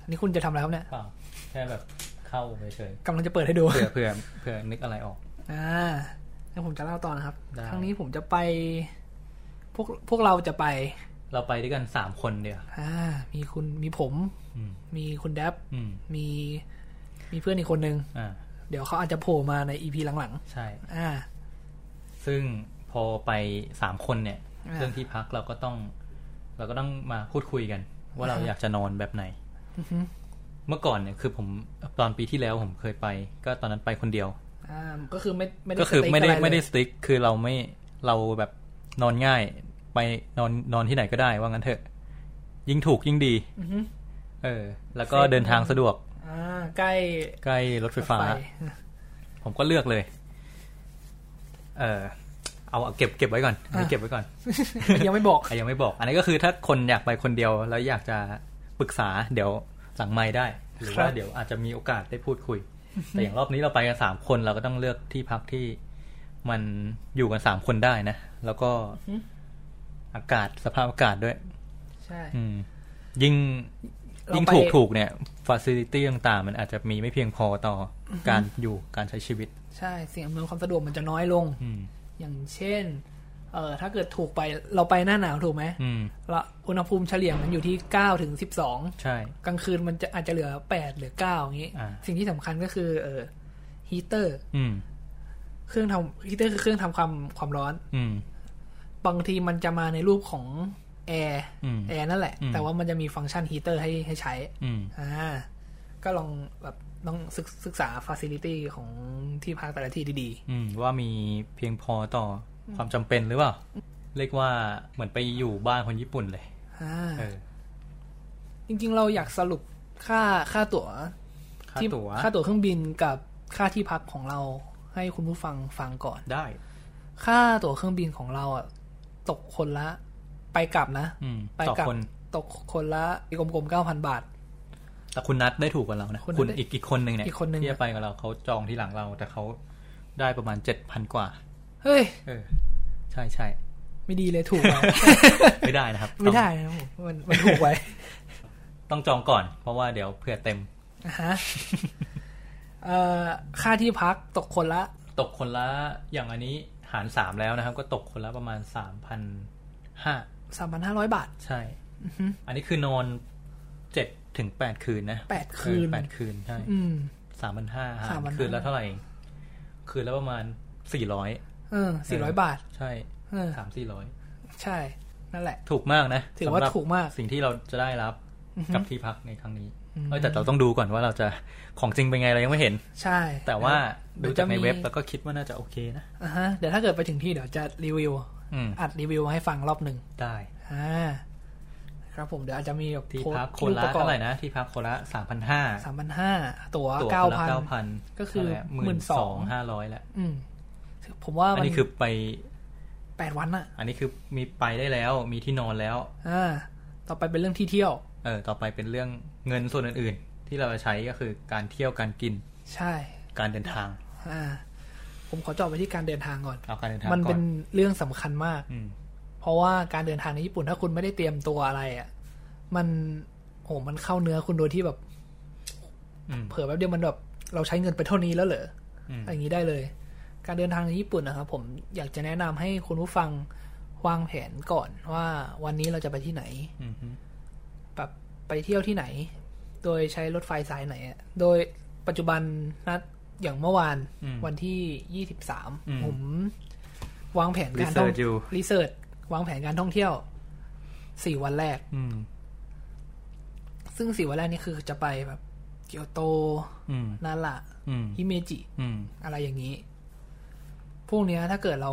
[SPEAKER 4] อันนี้คุณจะทำอะไรครับเนี่ย
[SPEAKER 5] เปล่าแค่แบบเข้าไปเฉย
[SPEAKER 4] กำลังจะเปิดให้ดู
[SPEAKER 5] เผื่อเผื่อเผื่อนึกอะไรออก
[SPEAKER 4] อ่าแล้วผมจะเล่าต่อนะครับ
[SPEAKER 5] ได้
[SPEAKER 4] ครั้งนี้ผมจะไป พวกพวกเราจะไป
[SPEAKER 5] เราไปด้วยกันสามคนเดียว
[SPEAKER 4] อ่า มีคุณมีผม
[SPEAKER 5] อืม
[SPEAKER 4] มีคุณแดบ
[SPEAKER 5] อืม
[SPEAKER 4] มี มีเพื่อนอีกคนนึง
[SPEAKER 5] อ่า
[SPEAKER 4] เดี๋ยวเขาอาจจะโผล่มาในอีพีหลัง
[SPEAKER 5] ใช่
[SPEAKER 4] ๆ อ่า
[SPEAKER 5] ซึ่งพอไปสามคนเนี่ย
[SPEAKER 4] อ่า
[SPEAKER 5] เรื่องที่พักเราก็ต้อง เราก็ต้องมาพูดคุยกัน ว่าเรา
[SPEAKER 4] อ่าฮะ
[SPEAKER 5] อยากจะนอนแบบไหน
[SPEAKER 4] อือฮึ
[SPEAKER 5] เมื่อก่อนเนี่ยคือผมตอนปีที่แล้วผมเคยไป ก็ตอนนั้นไปคนเดียว
[SPEAKER 4] อ่า ก็คือไม่ไม่ได้
[SPEAKER 5] ก็คือ
[SPEAKER 4] สเต็
[SPEAKER 5] ไม่ได้
[SPEAKER 4] ะรเลย
[SPEAKER 5] ไม่ได้สติ๊กคือเราไม่เราแบบนอนง่าย ไปนอนนอนที่ไหนก็ได้ว่างั้นเถอะ ยิ่งถูกยิ่งดี
[SPEAKER 4] อือฮึ
[SPEAKER 5] เออ แล้วก็เดินทางสะดวก
[SPEAKER 4] อ่า ใกล้
[SPEAKER 5] ใกล้รถไฟฟ้า ผมก็เลือกเลย เออเอาเอาเก็บเก็บไว้ก่อนอันนี้เก็บไว้ก่อน
[SPEAKER 4] ไฟ ยังไม่บอก
[SPEAKER 5] อ่ะยังไม่บอก อันนี้ก็คือถ้าคนอยากไปคนเดียวแล้วอยากจะปรึกษาเดี๋ยวหลังไม้ได้ หรือ
[SPEAKER 4] ค
[SPEAKER 5] ว่า
[SPEAKER 4] รับ
[SPEAKER 5] เดี๋ยวอาจจะมีโอกาสได้พูดคุย แต่อย่างรอบนี้เราไปกันสามคนเราก็ต้องเลือกที่พักที่มันอยู่กันสามคนได้นะ แล้วก็อากาศสภาพอากาศด้วย
[SPEAKER 4] ใช่
[SPEAKER 5] อืม ยิ่ง
[SPEAKER 4] เรา
[SPEAKER 5] ยิ่ง
[SPEAKER 4] ไป
[SPEAKER 5] ถูกถูกเนี่ยฟ a ซิลิตี้ต่างๆ มันอาจจะมีไม่เพียงพอต่ออการอยู่การใช้ชีวิต
[SPEAKER 4] ใช่สิ่งอำนวยความสะดวกมันจะน้อยลง
[SPEAKER 5] อืม
[SPEAKER 4] อย่างเช่น เอ่อ ถ้าเกิดถูกไปเราไปหน้าหนาวถูกไหม
[SPEAKER 5] อืม
[SPEAKER 4] แล้วอุณหภูมิเฉลี่ยมันอยู่ที่เก้าถึงสิบสอง
[SPEAKER 5] ใช่
[SPEAKER 4] กลางคืนมันจะอาจจะเหลือแปดหรือเก้าอย่างนี้
[SPEAKER 5] อ่า
[SPEAKER 4] สิ่งที่สำคัญก็คือ เออฮีเตอร์
[SPEAKER 5] อืม
[SPEAKER 4] เครื่องทำฮีเตอร์คือเครื่องทำความความร้อน
[SPEAKER 5] อืม
[SPEAKER 4] บางทีมันจะมาในรูปของแอร์
[SPEAKER 5] อืม
[SPEAKER 4] แอร์นั่นแหละ
[SPEAKER 5] อืม
[SPEAKER 4] แต่ว่ามันจะมีฟังก์ชันฮีเตอร์ให้ให้ใช้
[SPEAKER 5] อืม
[SPEAKER 4] อ่า ก็ลองแบบต้องศึกศึกษาฟ a ซิลิตี้ของที่พักแต่ละที่ดี
[SPEAKER 5] อืมว่ามีเพียงพอต่ออความจำเป็นหรือเปล่า เรียกว่าเหมือนไปอยู่บ้านคนญี่ปุ่นเลย
[SPEAKER 4] ๆอ่า
[SPEAKER 5] เออ
[SPEAKER 4] จริงๆเราอยากสรุปค่าค่าตั๋ว
[SPEAKER 5] ค่า
[SPEAKER 4] ที่
[SPEAKER 5] ตั๋ว
[SPEAKER 4] ค่าตั๋วเครื่องบินกับค่าที่พักของเราให้คุณผู้ฟังฟังก่อน
[SPEAKER 5] ได้
[SPEAKER 4] ค่าตั๋วเครื่องบินของเราอ่ะตกคนละ ไปกลับนะ
[SPEAKER 5] อืม
[SPEAKER 4] ไป
[SPEAKER 5] ต่อก
[SPEAKER 4] ลับ
[SPEAKER 5] คน
[SPEAKER 4] ตกคนละกลมๆเก้าพันบาท
[SPEAKER 5] แต่คุณนัดได้ถูกกว่าเรานะ
[SPEAKER 4] คุณนัท
[SPEAKER 5] คุณ
[SPEAKER 4] ได้
[SPEAKER 5] อีกอีกคนหนึ่งเนี่ย
[SPEAKER 4] อีกคนหนึ่ง
[SPEAKER 5] ที่จะไปกับเราเขาจองที่หลังเรา แต่เขาได้ประมาณเจ็ดพันกว่า
[SPEAKER 4] เฮ้ย
[SPEAKER 5] เออ ใช่ใช่
[SPEAKER 4] ไม่ดีเลยถู กไป
[SPEAKER 5] ไม่ได้นะครับ
[SPEAKER 4] ไม่ได้
[SPEAKER 5] ต้อง
[SPEAKER 4] นะผมมันมันถูกไว้
[SPEAKER 5] ต้องจองก่อน เพราะว่าเดี๋ยวเผื่อเต็ม
[SPEAKER 4] นะฮะเอ่อค่าที่พักตกคนละ
[SPEAKER 5] ตกคนละอย่างอันนี้หารสามแล้วนะครับ ก็ตกคนละประมาณสามพันห้า
[SPEAKER 4] 3,500 บาท
[SPEAKER 5] ใช่ อันนี้คือนอนเจ็ดถึงแปดคืนนะ
[SPEAKER 4] แปดคืน
[SPEAKER 5] เออแปดคืน ใช่
[SPEAKER 4] อืม
[SPEAKER 5] สามพันห้า
[SPEAKER 4] สามพันห้า
[SPEAKER 5] คืนละเท่าไหร่เองคืนละประมาณสี่ร้อย
[SPEAKER 4] เออ
[SPEAKER 5] เออ
[SPEAKER 4] 400 บาท
[SPEAKER 5] ใช่
[SPEAKER 4] เออ
[SPEAKER 5] สามสี่ร้อย
[SPEAKER 4] ใช่ นั่นแหละ
[SPEAKER 5] ถูกมากนะ
[SPEAKER 4] ถือว่า
[SPEAKER 5] สำหรับ
[SPEAKER 4] ถูกมาก
[SPEAKER 5] สิ่งที่เราจะได้รับ
[SPEAKER 4] อือฮึ
[SPEAKER 5] กับที่พักในครั้งนี้
[SPEAKER 4] อืม
[SPEAKER 5] เออแต่เราต้องดูก่อนว่าเราจะของจริงเป็นไงเรายังไม่เห็น
[SPEAKER 4] ใช่
[SPEAKER 5] แต่ว่า
[SPEAKER 4] เดี๋
[SPEAKER 5] ดู
[SPEAKER 4] ยว
[SPEAKER 5] จากในเว็บ
[SPEAKER 4] มี
[SPEAKER 5] แล้วก็คิดว่าน่าจะโอเคนะ
[SPEAKER 4] อ่าฮะเดี๋ยวถ้าเกิดไปถึงที่เดี๋ยวจะรีวิว
[SPEAKER 5] อืม
[SPEAKER 4] อัดรีวิวมาให้ฟังรอบหนึ่ง
[SPEAKER 5] ได้
[SPEAKER 4] อ่าครับผมเดี๋ยวอาจจะมีแบบ
[SPEAKER 5] ที่
[SPEAKER 4] โพสต์
[SPEAKER 5] พักคนละ
[SPEAKER 4] ปปกอบ
[SPEAKER 5] เท่าไหร่นะ ที่พักคนละสามพันห้า
[SPEAKER 4] สามพันห้าตั๋ว
[SPEAKER 5] ตั๋ว
[SPEAKER 4] เก้า
[SPEAKER 5] ค
[SPEAKER 4] พัน
[SPEAKER 5] นละเก้าพัน
[SPEAKER 4] ก็คือ
[SPEAKER 5] หมื่นสอง
[SPEAKER 4] 12,000
[SPEAKER 5] ห้าร้อยละ
[SPEAKER 4] อืมผมว่า
[SPEAKER 5] อัน
[SPEAKER 4] มัน
[SPEAKER 5] นี้คือไป
[SPEAKER 4] แปดวันอะ
[SPEAKER 5] อันนี้คือมีไปได้แล้ว มีที่นอนแล้ว
[SPEAKER 4] อ่า ต่อไปเป็นเรื่องที่เที่ยว
[SPEAKER 5] เออ ต่อไปเป็นเรื่องเงินส่วนอื่นๆ ที่เราจะใช้ก็คือการเที่ยว การกิน
[SPEAKER 4] ใช่
[SPEAKER 5] การเดินทาง
[SPEAKER 4] อ่า ผมขอเจอบไปที่การเดินทางก่อน
[SPEAKER 5] เอาการเดินทางก่
[SPEAKER 4] มัน
[SPEAKER 5] อ
[SPEAKER 4] เป็น
[SPEAKER 5] น
[SPEAKER 4] เรื่องสำคัญมาก
[SPEAKER 5] อืม
[SPEAKER 4] เพราะว่าการเดินทางในญี่ปุ่นถ้าคุณไม่ได้เตรียมตัวอะไรอะมันโหมันเข้าเนื้อคุณโดยที่แบบ
[SPEAKER 5] อืม
[SPEAKER 4] เผลอแป๊บเดียวมันแบบเราใช้เงินไปเท่านี้แล้วเหรอ
[SPEAKER 5] อืม
[SPEAKER 4] อย่างนี้ได้เลย การเดินทางในญี่ปุ่นนะครับผมอยากจะแนะนำให้คุณผู้ฟังวางแผนก่อนว่าวันนี้เราจะไปที่ไหน
[SPEAKER 5] อืมฮึ
[SPEAKER 4] แบบไปเที่ยวที่ไหน โดยใช้รถไฟสายไหนอะโดยปัจจุบันนัด อย่างเมื่อวาน
[SPEAKER 5] อืม
[SPEAKER 4] วันที่ยี่สิบสาม
[SPEAKER 5] อืม
[SPEAKER 4] ผมวางแผนการท่อง
[SPEAKER 5] Research อยู่
[SPEAKER 4] รีเสิร์ชวางแผนการท่องเที่ยวสี่วันแรก
[SPEAKER 5] อืม
[SPEAKER 4] ซึ่งสี่วันแรกนี่คือจะไปแบบเกียวโต
[SPEAKER 5] อืม
[SPEAKER 4] นาระ
[SPEAKER 5] อืม
[SPEAKER 4] ฮิเมจิ
[SPEAKER 5] อืม
[SPEAKER 4] อะไรอย่างนี้ พวกเนี้ยถ้าเกิดเรา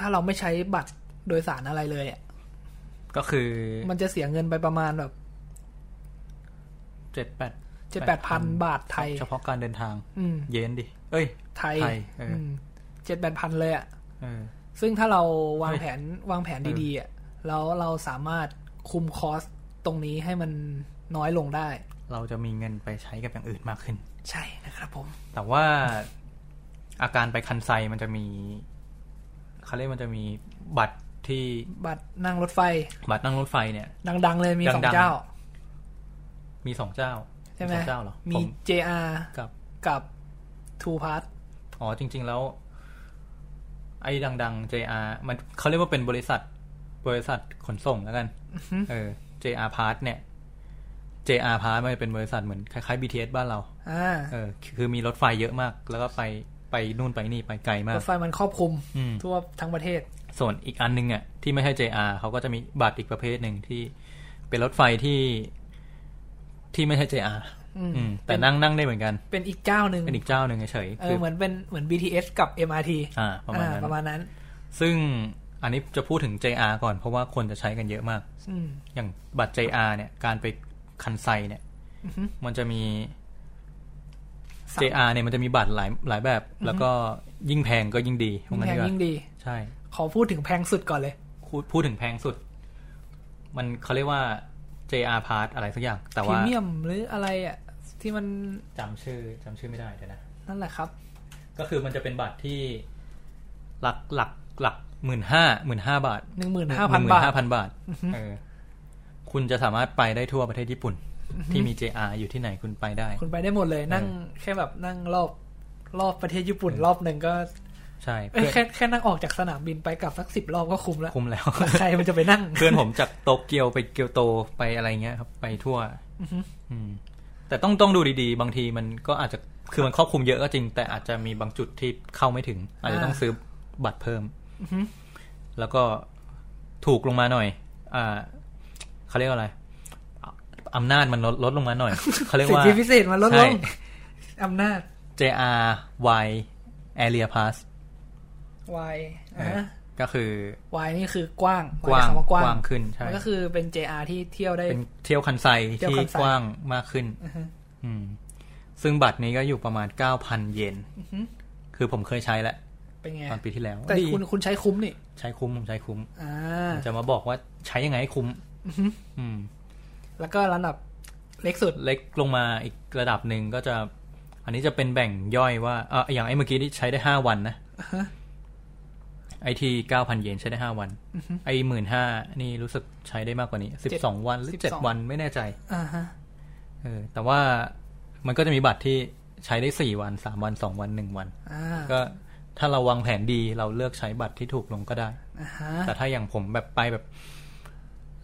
[SPEAKER 4] ถ้าเราไม่ใช้บัตรโดยสารอะไรเลยอะ
[SPEAKER 5] ก็คือ
[SPEAKER 4] มันจะเสียเงินไปประมาณแบบ
[SPEAKER 5] เจ็ดแปด
[SPEAKER 4] เจ็ดแปดพันบาทไทย
[SPEAKER 5] เฉพาะการเดินทาง
[SPEAKER 4] อืม
[SPEAKER 5] เย็นดิ เอ้ย
[SPEAKER 4] ไทย
[SPEAKER 5] ไทยเอออื
[SPEAKER 4] เจ็ดแปดพันเลยอะ
[SPEAKER 5] เออ
[SPEAKER 4] ซึ่งถ้าเราวาง
[SPEAKER 5] เฮ้ย
[SPEAKER 4] แผนวางแผนดีๆอะแล้วเราสามารถคุมคอสตรงนี้ให้มันน้อยลงได้
[SPEAKER 5] เราจะมีเงินไปใช้กับอย่างอื่นมากขึ้น
[SPEAKER 4] ใช่นะครับผม
[SPEAKER 5] แต่ว่าอาการไปคันไซมันจะมีเขาเรียกมันจะมีบัตรที่
[SPEAKER 4] บัตรนั่งรถไฟ
[SPEAKER 5] บัตรนั่งรถไฟเนี่ย
[SPEAKER 4] ดัง ๆ เลยมีสอง
[SPEAKER 5] ดังๆ
[SPEAKER 4] เจ้า
[SPEAKER 5] มีสองเจ้า
[SPEAKER 4] ใช่ไหม
[SPEAKER 5] สองเจ้าเหรอ
[SPEAKER 4] มี
[SPEAKER 5] ผ
[SPEAKER 4] JR
[SPEAKER 5] กับ
[SPEAKER 4] กับ Two p a s s
[SPEAKER 5] อ๋อจริง ๆ แล้ว ไอ้ดัง ๆ JR มันเขาเรียกว่าเป็นบริษัท บริษัทขนส่งแล้วกัน เออ JR Pass เนี่ย JR Pass มันเป็นบริษัทเหมือนคล้ายๆ BTS บ้านเรา
[SPEAKER 4] อ่า
[SPEAKER 5] เออ คือมีรถไฟเยอะมาก แล้วก็ไปไปนู่นไปนี่ไปไกลมาร ก
[SPEAKER 4] ถไฟมันครอบคลุม
[SPEAKER 5] อืม
[SPEAKER 4] ทั่วทั้งประเทศ
[SPEAKER 5] ส่วนอีกอันนึงอ่ะที่ไม่ใช่ JR เขาก็จะมีบัตรอีกประเภทหนึ่งที่เป็นรถไฟที่ที่ไม่ใช่ JR อืมแต่นั่งนั่งได้เหมือนกัน
[SPEAKER 4] เป็นอีกเจ้าหนึ่ง
[SPEAKER 5] เป็นอีกเจ้าหนึ่งเฉยๆ
[SPEAKER 4] เอ
[SPEAKER 5] คือ อ
[SPEAKER 4] เหมือนเป็นเหมือน BTS กับ MRT
[SPEAKER 5] อ่าประมาณ
[SPEAKER 4] อ่
[SPEAKER 5] นั้น
[SPEAKER 4] ประมาณนั้น
[SPEAKER 5] ซึ่งอันนี้จะพูดถึง JR ก่อนเพราะว่าคนจะใช้กันเยอะมาก
[SPEAKER 4] อืม
[SPEAKER 5] อย่างบัตร JR เนี่ยการไปคันไซเนี่ย มันจะมี
[SPEAKER 4] สาม
[SPEAKER 5] JR เนี่ยมันจะมีบัตรหลายหลายแบบ แล้วก็ยิ่งแพงก็ยิ่งดีว่า
[SPEAKER 4] แพง
[SPEAKER 5] งั้นดีกว่า
[SPEAKER 4] ยิ่งดี
[SPEAKER 5] ใช่
[SPEAKER 4] ขอพูดถึงแพงสุดก่อนเลย
[SPEAKER 5] พูดพูดถึงแพงสุด มันเขาเรียกว่า JR Pass อะไรสักอย่าง แต่
[SPEAKER 4] พรี
[SPEAKER 5] ว่า
[SPEAKER 4] เมียมหรืออะไรอ่ะ ที่มัน
[SPEAKER 5] จำชื่อจำชื่อไม่ได้เดี๋ยวนะ
[SPEAKER 4] นั่นแหละครับ
[SPEAKER 5] ก็คือมันจะเป็นบัตรที่หลักหลักหลักหมื่นห้าหมื่นห้าบาท
[SPEAKER 4] 15,000บาท
[SPEAKER 5] ห้าพันบาทเออคุณจะสามารถไปได้ทั่วประเทศญี่ปุ่น ที่มี JR อยู่ที่ไหนคุณไปได้
[SPEAKER 4] คุณไปได้หมดเลยนั่งแค่แบบนั่งรอบรอบประเทศญี่ปุ่น รอบหนึ่งก็
[SPEAKER 5] ใช่
[SPEAKER 4] เอ้ย
[SPEAKER 5] เพื่อน
[SPEAKER 4] แค่แค่นั่งออกจากสนามบินไปกลับสักสิบรอบก็คุ้มแล้ว
[SPEAKER 5] คุ้มแล้ว
[SPEAKER 4] ใครมันจะไปนั่ง
[SPEAKER 5] เพื่อนผมจากโตเกียวไปเกียวโตไปอะไรเงี้ยครับ ไปทั่วอืมแต่ต้องต้องดูดีๆ บางทีมันก็อาจจะคือมันครอบคลุมเยอะก็จริง แต่อาจจะมีบางจุดที่เข้าไม่ถึง อาจจะต้องซื้อบัตรเพิ่มแล้วก็ถูกลงมาหน่อย อ่าเขาเรียกว่าอะไรอำนาจมันลดลดลงมาหน่อย เขาเรียกว่า
[SPEAKER 4] สิทธิพิเศษมันลดลง
[SPEAKER 5] ใช่
[SPEAKER 4] อำนาจ
[SPEAKER 5] JRY Area Pass
[SPEAKER 4] วาย
[SPEAKER 5] เออก็คือ
[SPEAKER 4] วายนี่คือกว้าง
[SPEAKER 5] กว้าง
[SPEAKER 4] ใช้คำกว้าง
[SPEAKER 5] กว้างขึ้นใช่
[SPEAKER 4] มันก็คือเป็น JR ที่เที่ยวได้
[SPEAKER 5] เป็นเที่ยวคันไซ
[SPEAKER 4] เที่ยว
[SPEAKER 5] ที่
[SPEAKER 4] คันไซ
[SPEAKER 5] กว้างมากขึ้น
[SPEAKER 4] อือฮึ
[SPEAKER 5] อืมซึ่งบัตรนี้ก็อยู่ประมาณ 9,000 เยน คือผมเคยใช้แล้ว
[SPEAKER 4] เป็นไง
[SPEAKER 5] ตอนปีที่แล้ว
[SPEAKER 4] แต่
[SPEAKER 5] ดี
[SPEAKER 4] คุณคุณใช้คุ้มนี่
[SPEAKER 5] ใช้คุ้มผมใช้คุ้ม
[SPEAKER 4] อ่า
[SPEAKER 5] จะมาบอกว่าใช้ยังไงให้คุ้มอืม
[SPEAKER 4] แล้วก็ระดับเล็กสุด
[SPEAKER 5] เล็กลงมาอีกระดับหนึ่งก็จะ อันนี้จะเป็นแบ่งย่อยว่าเอออย่างไอ้เมื่อกี้ที่ใช้ได้ห้าวันนะไอทีเก้าพันเยนใช้ได้ห้าวัน ไอหมื่นห้านี่รู้สึกใช้ได้มากกว่านี้สิบสองวันหรือเจ็ด
[SPEAKER 4] 12
[SPEAKER 5] วันไม่แน่ใจ
[SPEAKER 4] อ่าฮะ
[SPEAKER 5] เออ แต่ว่ามันก็จะมีบัตรที่ใช้ได้สี่วันสามวันสองวันหนึ่งวัน
[SPEAKER 4] อ่า
[SPEAKER 5] ก็ถ้าเราวางแผนดีเราเลือกใช้บัตรที่ถูกลงก็ได้
[SPEAKER 4] อ่าฮะ
[SPEAKER 5] แต่ถ้าอย่างผมแบบไปแบบ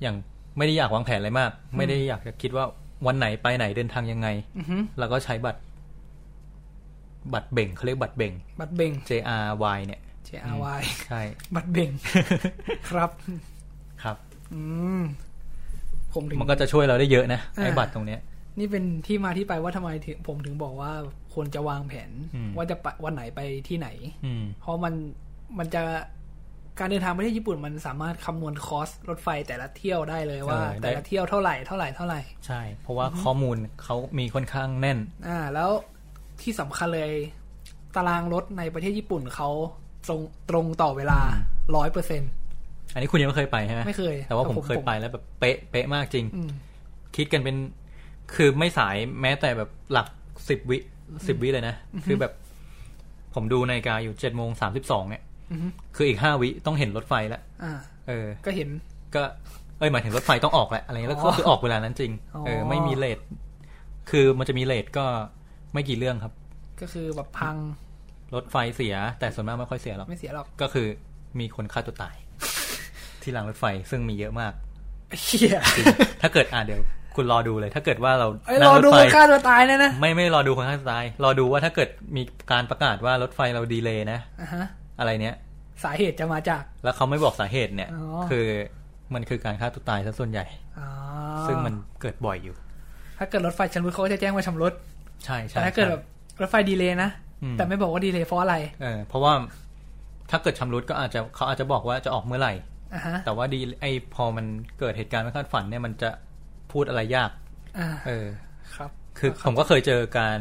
[SPEAKER 5] อย่างไม่ได้อยากวางแผนอะไรมาก ไม่ได้อยากจะคิดว่าวันไหนไปไหนเดินทางยังไง
[SPEAKER 4] อือฮึ
[SPEAKER 5] เราก็ใช้บัตร บัตรเบ่งเขาเรียกบัตรเบ่ง
[SPEAKER 4] บัตรเบ่ง
[SPEAKER 5] JRY เนี่ย
[SPEAKER 4] JRY
[SPEAKER 5] ใช่
[SPEAKER 4] บัตรเบ่ง ครับ
[SPEAKER 5] ครับ
[SPEAKER 4] อืม ผมถึง
[SPEAKER 5] มันก็จะช่วยเราได้เยอะนะไอ้
[SPEAKER 4] อ่า
[SPEAKER 5] บัตรตรงเนี้ย
[SPEAKER 4] นี่เป็นที่มาที่ไปว่าทำไมถึงผมถึงบอกว่าควรจะวางแผน
[SPEAKER 5] อืม
[SPEAKER 4] ว่าจะไปวันไหนไปที่ไหน
[SPEAKER 5] อืม
[SPEAKER 4] เพราะมันมันจะการเดินทางไปที่ญี่ปุ่นมันสามารถคำนวณคอสรถไฟแต่ละเที่ยวได้เลยว่า
[SPEAKER 5] เออได้
[SPEAKER 4] แต่ละเที่ยวเท่าไหร่เท่าไหร่เท่าไหร่
[SPEAKER 5] ใช่ เพราะว่าข้อมูลเขามีค่อนข้างแน่น
[SPEAKER 4] อ่า แล้วที่สำคัญเลย ตารางรถในประเทศญี่ปุ่นเขาตรงตรงต่อเวลาร้อยเปอร์เซ็น
[SPEAKER 5] อันนี้คุณยังไม่เคยไปใช่ไหม
[SPEAKER 4] ไม่เคย
[SPEAKER 5] แต่ว่า
[SPEAKER 4] แต่
[SPEAKER 5] ผม
[SPEAKER 4] ผม
[SPEAKER 5] เคย
[SPEAKER 4] ผม
[SPEAKER 5] ไปแล้วแบบเป๊ะเป๊ะมากจริง
[SPEAKER 4] อืม
[SPEAKER 5] คิดกันเป็นคือไม่สายแม้แต่แบบหลักสิบวิสิบวิเลยนะ คือแบบ ผมดูนาฬิกาอยู่เจ็ดโมงสามสิบสองเนี่ย
[SPEAKER 4] อือฮึ
[SPEAKER 5] คืออีกห้าวิต้องเห็นรถไฟแล้ว
[SPEAKER 4] อ่า
[SPEAKER 5] เออ
[SPEAKER 4] ก็เห็น
[SPEAKER 5] ก็เอ้ยหมายถึงรถไฟต้องออกแหละอะไรเงี้ยแล้ว
[SPEAKER 4] อ๋อ
[SPEAKER 5] ก็คือออกเวลานั้นจริง
[SPEAKER 4] อ๋อ
[SPEAKER 5] เออ ไม่มีเลทคือมันจะมีเลทก็ไม่กี่เรื่องครับ
[SPEAKER 4] ก็คือแบบพัง
[SPEAKER 5] รถไฟเสีย แต่ส่วนมากไม่ค่อยเสียหรอก
[SPEAKER 4] ไม่เสียหรอก
[SPEAKER 5] ก็คือมีคนฆ่าตัวต าย ที่รางรถไฟซึ่งมีเยอะมาก
[SPEAKER 4] เชี่ย
[SPEAKER 5] ถ้าเกิดอ่าเดี๋ยว คุณรอดูเลยถ้าเกิดว่าเรา
[SPEAKER 4] ไอ้ย
[SPEAKER 5] นั่
[SPEAKER 4] รง อดู
[SPEAKER 5] ถไฟ
[SPEAKER 4] ฆ่าตัวตายเลยนะ
[SPEAKER 5] ไม่ไม่รอดูคนข้างซ้าย รอดูว่าถ้าเกิดมีการประกาศว่ารถไฟเราดีเลยนะ
[SPEAKER 4] อ่ะฮะ
[SPEAKER 5] อะไรเนี้ย
[SPEAKER 4] สาเหตุจะมาจาก
[SPEAKER 5] แล้วเขาไม่บอกสาเหตุเนี่ย
[SPEAKER 4] อ๋อ
[SPEAKER 5] คือมันคือการฆ่าตัวตายซะส่วนใหญ่
[SPEAKER 4] อ๋อ
[SPEAKER 5] ซึ่งมันเกิดบ่อยอยู่
[SPEAKER 4] ถ้าเกิดรถไฟชำรุดเขาก็จะแจ้งว่าชำรุด
[SPEAKER 5] ใช่ใช่
[SPEAKER 4] แต่ถ้าเกิด
[SPEAKER 5] ใช่
[SPEAKER 4] แบบรถไฟดีเลยนะ
[SPEAKER 5] อืม
[SPEAKER 4] แต่ไม่บอกว่าดีเลยเพราะอะไร
[SPEAKER 5] เออเพราะว่าถ้าเกิดชำรุดก็อาจจะเขาอาจจะบอกว่าจะออกเมื่อไหร่
[SPEAKER 4] อ่ะฮะ
[SPEAKER 5] แต่ว่าดีไอพอมันเกิดเหตุการณ์ไม่คาดฝันเนี่ยมันจะพูดอะไรยาก
[SPEAKER 4] อ่า
[SPEAKER 5] เออ
[SPEAKER 4] ครับ
[SPEAKER 5] คือผมก็เคยเจอการ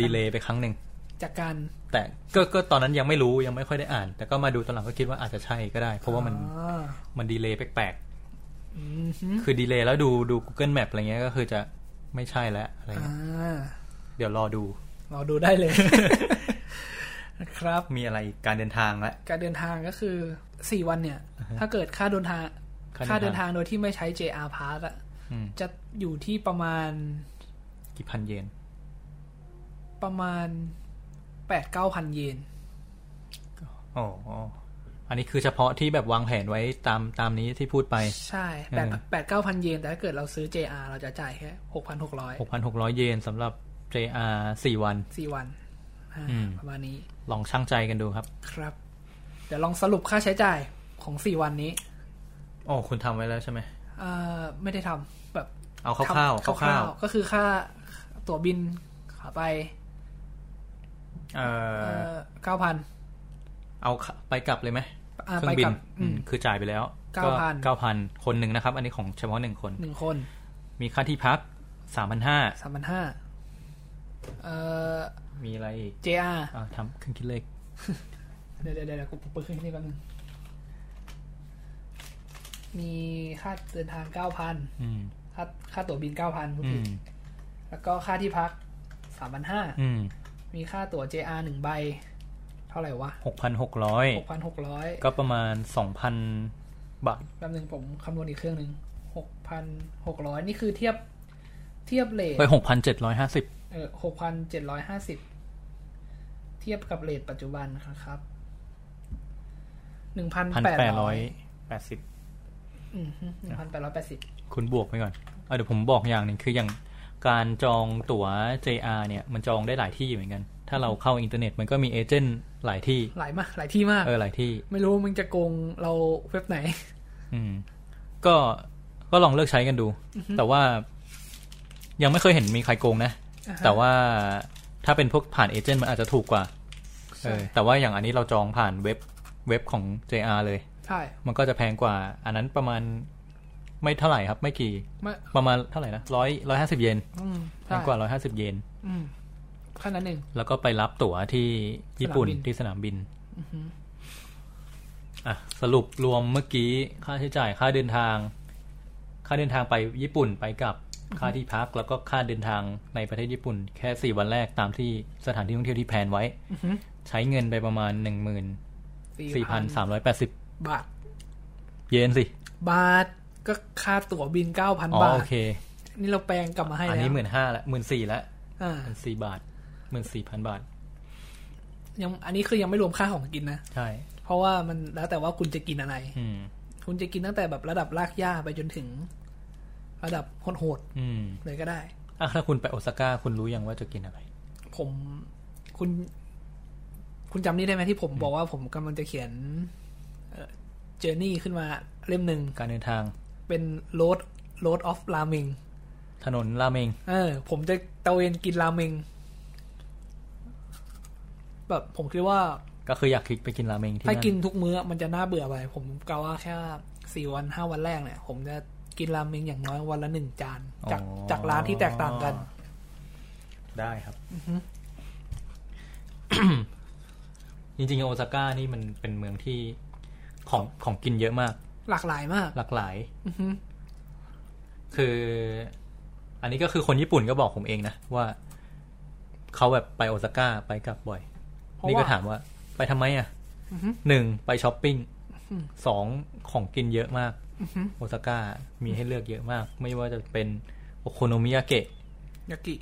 [SPEAKER 5] ดีเลย์ไปครั้งหนึ่ง
[SPEAKER 4] จากการ
[SPEAKER 5] แต่ก็ก็ตอนนั้นยังไม่รู้ยังไม่ค่อยได้อ่าน แต่ก็มาดูตอนหลังก็คิดว่าอาจจะใช่ก็ได้ เพราะว่ามัน
[SPEAKER 4] อ๋อ
[SPEAKER 5] มันดีเลย์แปลกๆ
[SPEAKER 4] อืมฮึ
[SPEAKER 5] คือดีเลย์แล้วดูดู Google Map อะไรเงี้ยก็คือจะไม่ใช่แล้วอะไร
[SPEAKER 4] อ่
[SPEAKER 5] เงี้ย
[SPEAKER 4] า
[SPEAKER 5] เดี๋ยวรอดู
[SPEAKER 4] เราดูได้ เลย นะครับ
[SPEAKER 5] มีอะไรอีกการเดินทางและ
[SPEAKER 4] การเดินทางก็คือสี่วันเนี่ย ถ้าเกิดค่าเดินทาง
[SPEAKER 5] ค่า
[SPEAKER 4] ค่า
[SPEAKER 5] เดินทาง
[SPEAKER 4] เดินทางโดยที่ไม่ใช้ JR Pass อะ
[SPEAKER 5] อืม
[SPEAKER 4] จะอยู่ที่ประมาณ
[SPEAKER 5] กี่พันเยน
[SPEAKER 4] ประมาณแปดเก้าพันเยน
[SPEAKER 5] อ๋ออันนี้คือเฉพาะที่แบบวางแผนไว้ตามตามนี้ที่พูดไป
[SPEAKER 4] ใช่แปด
[SPEAKER 5] เออ
[SPEAKER 4] แปดเก้าพันเยน แต่ถ้าเกิดเราซื้อ JR เราจะจ่ายแค่หกพันหกร้อย
[SPEAKER 5] 6,600 เยนสำหรับ JR 4 วัน
[SPEAKER 4] สี่วันอ่า
[SPEAKER 5] อืม
[SPEAKER 4] ประมาณนี้
[SPEAKER 5] ลองช่างใจกันดูครับ
[SPEAKER 4] ครับ เดี๋ยวลองสรุปค่าใช้จ่ายของสี่วันนี้
[SPEAKER 5] อ๋อ คุณทำไว้แล้วใช่ไหม
[SPEAKER 4] เอ่อไม่ได้ทำแบบ
[SPEAKER 5] เอาคร่าว
[SPEAKER 4] ทำ
[SPEAKER 5] ๆคร่าว
[SPEAKER 4] ๆก็คือค่าตั๋วบินขาไป
[SPEAKER 5] ๆเอ่
[SPEAKER 4] เอ่
[SPEAKER 5] อ
[SPEAKER 4] อเก้าพัน
[SPEAKER 5] เอาขาไปกลับเลยไหม
[SPEAKER 4] อ่า
[SPEAKER 5] เครื่อง
[SPEAKER 4] ไป
[SPEAKER 5] บิ
[SPEAKER 4] กลั
[SPEAKER 5] น
[SPEAKER 4] บอืม
[SPEAKER 5] อืมคือจ่ายไปแล้ว
[SPEAKER 4] เก้าพัน
[SPEAKER 5] เก้าพันคนหนึ่งนะครับ อันนี้ของเฉพาะหนึ่งคน
[SPEAKER 4] หนึ่งคน
[SPEAKER 5] มีค่าที่พักสามพันห้า
[SPEAKER 4] สามพันห้าเอ่อ
[SPEAKER 5] มีอะไรอีก
[SPEAKER 4] JR
[SPEAKER 5] อ่าทำเครื่องคิดเลข
[SPEAKER 4] เดี๋ยวเดี๋ยวเดี๋ยวกูเปิดเครื่องนี้แป๊บนึงมีค่าเดินทางเก้าพัน
[SPEAKER 5] อืม
[SPEAKER 4] ค่าค่าตั๋วบินเก้าพัน
[SPEAKER 5] อืม
[SPEAKER 4] แล้วก็ค่าที่พักสามพันห้า
[SPEAKER 5] อืม
[SPEAKER 4] มีค่าตั๋ว JR หนึ่งใบ เท่าไหร่วะ
[SPEAKER 5] หกพันหกร้อย
[SPEAKER 4] หกพันหกร้อย
[SPEAKER 5] ก็ประมาณสองพันบาท
[SPEAKER 4] แป๊บนึงผมคำนวณอีกเครื่องหนึ่งหกพันหกร้อยนี่คือเทียบเทียบเลท
[SPEAKER 5] ไปหกพันเจ็ดร้อยห้าสิบ
[SPEAKER 4] เออหกพันเจ็ดร้อยห้าสิบเทียบกับเลทปัจจุบันครับหนึ่งพัน
[SPEAKER 5] พัน
[SPEAKER 4] แปด
[SPEAKER 5] แปด
[SPEAKER 4] ร้
[SPEAKER 5] ร้
[SPEAKER 4] อ
[SPEAKER 5] อย ยแปดสิบ
[SPEAKER 4] หนึ่งพันแปดร้อยแปดสิบ
[SPEAKER 5] คุณบวกไปก่อน เอาเดี๋ยวผมบอกอย่างหนึ่งคืออย่างการจองตั๋ว JR เนี่ย มันจองได้หลายที่เหมือนกัน ถ้าเราเข้าอินเทอร์เน็ตมันก็มีเอเจนต์หลายที่
[SPEAKER 4] หลายมาก หลายที่มาก
[SPEAKER 5] เออหลายที่
[SPEAKER 4] ไม่รู้มึงจะโกงเราเว็บไหน
[SPEAKER 5] อืม ก็ ก็ลองเลือกใช้กันดู แต่ว่า ยังไม่เคยเห็นมีใครโกงนะ
[SPEAKER 4] อ่าฮะ
[SPEAKER 5] แต่ว่าถ้าเป็นพวกผ่านเอเจนต์มันอาจจะถูกกว่า เออ แต่ว่าอย่างอันนี้เราจองผ่านเว็บ เว็บของ JR เลย
[SPEAKER 4] ใช่
[SPEAKER 5] มันก็จะแพงกว่า อันนั้นประมาณไม่เท่าไหร่ครับ ไม่กี่
[SPEAKER 4] ไม่
[SPEAKER 5] ประมาณเท่าไหร่นะร้อยร้อยห้าสิบเยน
[SPEAKER 4] อืม
[SPEAKER 5] แพ
[SPEAKER 4] ใช่
[SPEAKER 5] งกว่าร้อยห้าสิบเยน
[SPEAKER 4] อืมแค่นั้นเอง
[SPEAKER 5] แล้วก็ไปรับตั๋วที่ญี่ปุ่น
[SPEAKER 4] สนามบิน
[SPEAKER 5] ที่สนามบินอ่ะสรุปรวมเมื่อกี้ค่าใช้จ่ายค่าเดินทาง ค่าเดินทางไปญี่ปุ่นไปกลับค่าที่พัก แล้วก็ค่าเดินทางในประเทศญี่ปุ่น แค่สี่วันแรกตามที่สถานที่ท่องเที่ยวที่แพลนไว้ ใช้เงินไปประมาณหนึ่งหมื่นสี่พันสามร้อยแปดสิบบ
[SPEAKER 4] าท
[SPEAKER 5] เยนสิ
[SPEAKER 4] บาทก็ค่าตั๋วบินเก้าพั
[SPEAKER 5] อ๋อบ
[SPEAKER 4] นาท
[SPEAKER 5] โอเค
[SPEAKER 4] นี่เราแปลงกลับมาให้
[SPEAKER 5] อัน
[SPEAKER 4] แล้ว
[SPEAKER 5] นี้หมื่นห้าละหมื่นสี่ละ
[SPEAKER 4] อ่า
[SPEAKER 5] หมื่นสี่บาทหมื่นสี่พันบาท
[SPEAKER 4] ยังอันนี้คือยังไม่รวมค่าของกินนะ
[SPEAKER 5] ใช่
[SPEAKER 4] เพราะว่ามันแล้วแต่ว่าคุณจะกินอะไร
[SPEAKER 5] อืม
[SPEAKER 4] คุณจะกินตั้งแต่แบบระดับรากหญ้าไปจนถึง ระดับโหด
[SPEAKER 5] อืม
[SPEAKER 4] ๆเลยก็ได้
[SPEAKER 5] อ่ะถ้าคุณไปโอซาก้าคุณรู้ยังว่าจะกินอะไร
[SPEAKER 4] ผมคุณ คุณจำนี่ได้ไหมที่ผมบอกว่าผมกำลังจะเขียนเจอร์นี่อ Journey ขึ้นมาเล่มหนึ่ง
[SPEAKER 5] การเดินทาง
[SPEAKER 4] เป็น road road of ราเมง
[SPEAKER 5] ถนนราเมง
[SPEAKER 4] เออ ผมจะตะเวนกินราเมงแบบผมคิดว่า
[SPEAKER 5] ก็คืออยากคลิกไปกินราเมงที่
[SPEAKER 4] ถ้า
[SPEAKER 5] นั่
[SPEAKER 4] กิน
[SPEAKER 5] น
[SPEAKER 4] ทุกมื้อมันจะน่าเบื่อไป ผมกะว่าแค่สี่วันห้าวันแรกเนี่ย ผมจะกินราเมงอย่างน้อยวันละหนึ่งจาน จาก
[SPEAKER 5] อ๋อ
[SPEAKER 4] จากร้านที่แตกต่างกัน
[SPEAKER 5] ได้ครับ จริงๆโอซาก้านี่มันเป็นเมืองที่ของของกินเยอะมาก
[SPEAKER 4] หลากหลายมาก
[SPEAKER 5] หลากหลาย
[SPEAKER 4] อือฮึ
[SPEAKER 5] คือ อันนี้ก็คือคนญี่ปุ่นก็บอกผมเองนะ ว่าเขาแบบไปโอซาก้าไปกลับบ่อย
[SPEAKER 4] เพราะ
[SPEAKER 5] นี่
[SPEAKER 4] ว่า
[SPEAKER 5] ก็ถามว่า ไปทำไมอ่ะหนึ่งไปช้อปปิ้งสองของกินเยอะมากโอซาก้ามีให้เลือกเยอะมาก ไม่ว่าจะเป็นโอโคโนมิยาเกะ
[SPEAKER 4] ยากิ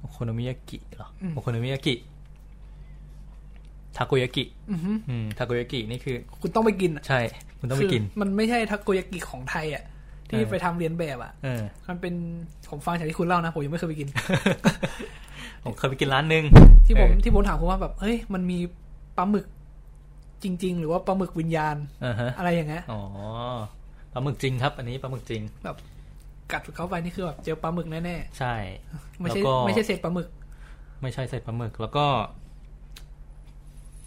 [SPEAKER 5] โอโคโนมิยากิเหรออโอโคโนมิยากิทาโกยากิ
[SPEAKER 4] อือฮึ
[SPEAKER 5] อืมทาโกยากินี่คือ
[SPEAKER 4] คุณต้องไปกินอะ
[SPEAKER 5] ใช่ คุณต้องไปกิน
[SPEAKER 4] คือมันไม่ใช่ทาโกยากิของไทยอ่ะ ที่
[SPEAKER 5] เออ
[SPEAKER 4] ไปทำเรียนแบบอ่ะ
[SPEAKER 5] เออ
[SPEAKER 4] มันเป็นผมฟังจากที่คุณเล่านะ ผมยังไม่เคยไปกิน
[SPEAKER 5] ผมเคยไปกินร้านหนึง
[SPEAKER 4] ที่ผม
[SPEAKER 5] เออ
[SPEAKER 4] ที่ผมถามคุณว่าแบบเฮ้ยมันมีปลาหมึกจริง ๆ หรือว่าปลาหมึกวิญญาณ
[SPEAKER 5] อ่าฮะ
[SPEAKER 4] อะไรอย่างเงี้ย
[SPEAKER 5] อ๋อปลาหมึกจริงครับ อันนี้ปลาหมึกจริง
[SPEAKER 4] แบบกัดเข้าไปนี่คือแบบเจอปลาหมึกแน่
[SPEAKER 5] ใช่
[SPEAKER 4] ๆไม่ใช่
[SPEAKER 5] แล้วก็
[SPEAKER 4] ไม่ใช่เศษปลาหมึก
[SPEAKER 5] ไม่ใช่เศษปลาหมึกแล้วก็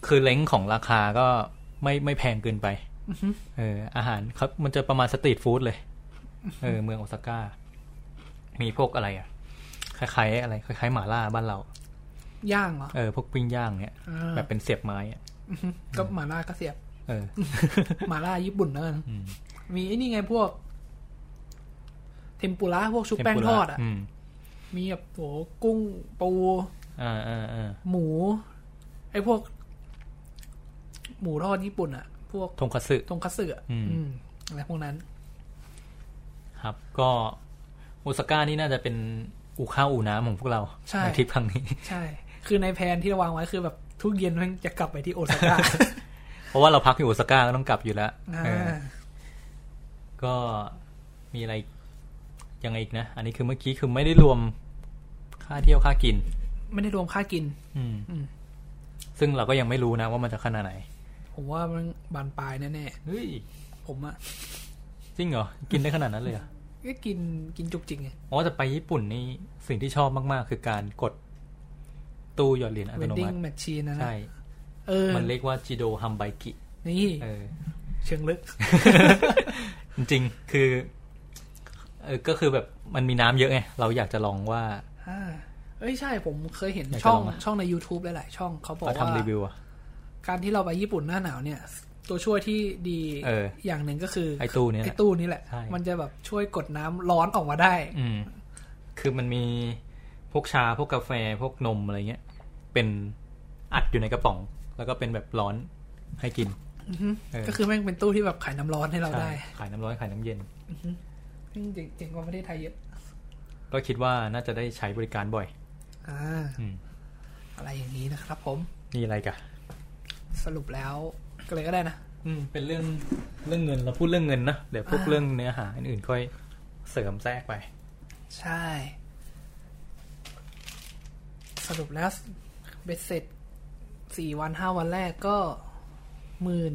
[SPEAKER 5] คือเล้งของราคาก็ไม่ไม่แพงเกินไป
[SPEAKER 4] อือฮึ
[SPEAKER 5] เออ อาหารครับมันจะประมาณสตรีทฟู้ดเลย เออ เมืองโอซาก้า มีพวกอะไรอ่ะคล้ายๆอะไรคล้ายๆหมาล่าบ้านเรา
[SPEAKER 4] ย่างเหรอ
[SPEAKER 5] เออพวกปิ้งย่างเนี่ย
[SPEAKER 4] อ่า
[SPEAKER 5] แบบเป็นเสียบไม้อะ
[SPEAKER 4] อือฮึก็หมาล่าก็เสียบ
[SPEAKER 5] เออ
[SPEAKER 4] หมาล่าญี่ปุ่นแล้วกัน
[SPEAKER 5] อืม
[SPEAKER 4] มีไอ้นี่ไงพวก เทมปุระพวก ชุบแป้ง
[SPEAKER 5] เทม
[SPEAKER 4] ท
[SPEAKER 5] ปุระ
[SPEAKER 4] อดอ่ะ
[SPEAKER 5] ม
[SPEAKER 4] มีแบบโหกุ้งปู
[SPEAKER 5] อ่าอ่าอ่า
[SPEAKER 4] หมู ไอ้พวก หมูทอดญี่ปุ่นอ่ะ พวก
[SPEAKER 5] ทงคัตสึ
[SPEAKER 4] ทงคัตสึอะ
[SPEAKER 5] อืม
[SPEAKER 4] อืมอะไรพวกนั้น
[SPEAKER 5] ครับ ก็โอซาก้านี่น่าจะเป็นอู่ข้าวอู่น้ำของพวกเรา
[SPEAKER 4] ใช่
[SPEAKER 5] นทริปครั้ง นี้
[SPEAKER 4] ใช่ คือในแผนที่เราวางไว้คือแบบทุกเย็นแมันจะกลับไปที่โอซาก้า
[SPEAKER 5] เพราะว่าเราพักอยู่โอซาก้าก็ต้องกลับอยู่แล้ว
[SPEAKER 4] อ่า
[SPEAKER 5] เออ ก็มีอะไรยังไงอีกนะ อันนี้คือเมื่อกี้คือไม่ได้รวมค่าเที่ยวค่ากิน
[SPEAKER 4] ไม่ได้รวมค่ากิน
[SPEAKER 5] อืม
[SPEAKER 4] อืม
[SPEAKER 5] ซึ่งเราก็ยังไม่รู้นะว่ามันจะขนาดไหน
[SPEAKER 4] ผมว่ามันบานปลายแน่
[SPEAKER 5] เฮ้ย
[SPEAKER 4] ๆผมอะ
[SPEAKER 5] จริงเหรอ กินได้ขนาดนั้นเลยเหรอ
[SPEAKER 4] ก็กินกินจุกจิกไง
[SPEAKER 5] อ๋อแต่ไปญี่ปุ่นนี่สิ่งที่ชอบมาก ๆ คือการกดตู้หยอดเหรียญอัตโนมั
[SPEAKER 4] vending
[SPEAKER 5] ติ
[SPEAKER 4] machine นะนะ
[SPEAKER 5] ใช่
[SPEAKER 4] เออ
[SPEAKER 5] มันเรียกว่าจิโดฮัมไบกิ
[SPEAKER 4] นี่
[SPEAKER 5] เออ
[SPEAKER 4] เชิงลึก
[SPEAKER 5] จริงๆคือเออก็คือแบบมันมีน้ำเยอะไง เราอยากจะลองว่า
[SPEAKER 4] อ่าเอ้ยใช่ผมเคยเห็น
[SPEAKER 5] อยากจะ
[SPEAKER 4] ช่อง
[SPEAKER 5] ลองอะ
[SPEAKER 4] ช่องใน YouTube หลายๆช่องเขาบอก
[SPEAKER 5] เขา
[SPEAKER 4] ว่า
[SPEAKER 5] ทำรีวิวอะ
[SPEAKER 4] การที่เราไปญี่ปุ่นหน้าหนาวเนี่ย ตัวช่วยที่ดี
[SPEAKER 5] เออ
[SPEAKER 4] อ
[SPEAKER 5] อย่าง
[SPEAKER 4] หนึ่งก็คือ
[SPEAKER 5] ไอ้ตู้เนี่ยแหละ
[SPEAKER 4] ไอ้ตู้นี่แหละ
[SPEAKER 5] ใช่
[SPEAKER 4] มันจะแบบช่วยกดน้ำร้อนออกมาได้
[SPEAKER 5] อืม คือมันมีพวกชาพวกกาแฟพวกนมอะไรเงี้ย เป็นอัดอยู่ในกระป๋อง แล้วก็เป็นแบบร้อนให้กิน
[SPEAKER 4] อือฮึ
[SPEAKER 5] เออ
[SPEAKER 4] ก็คือแม่งเป็นตู้ที่แบบขายน้ำร้อนให้เราได้
[SPEAKER 5] ใช่ขายน้ำร้อนขายน้ำเย็น
[SPEAKER 4] ซึ่งเจ๋งกว่าประเทศไทยเยอะ
[SPEAKER 5] ก็คิดว่าน่าจะได้ใช้บริการบ่อย
[SPEAKER 4] อ่า
[SPEAKER 5] อืม
[SPEAKER 4] อะไรอย่างนี้นะครับผม
[SPEAKER 5] นี่อะไรกะ
[SPEAKER 4] สรุปแล้วก็เลยก็ได้นะ
[SPEAKER 5] อืม เป็นเรื่องเรื่องเงินเราพูดเรื่องเงินนะเดี๋ยวพวก
[SPEAKER 4] อ่า
[SPEAKER 5] เรื่องเนื้อหาอื่นๆค่อยเสริมแทรกไป
[SPEAKER 4] ใช่ สรุปแล้วเบ็ดเสร็จสี่วันห้าวันแรกก็หมื่น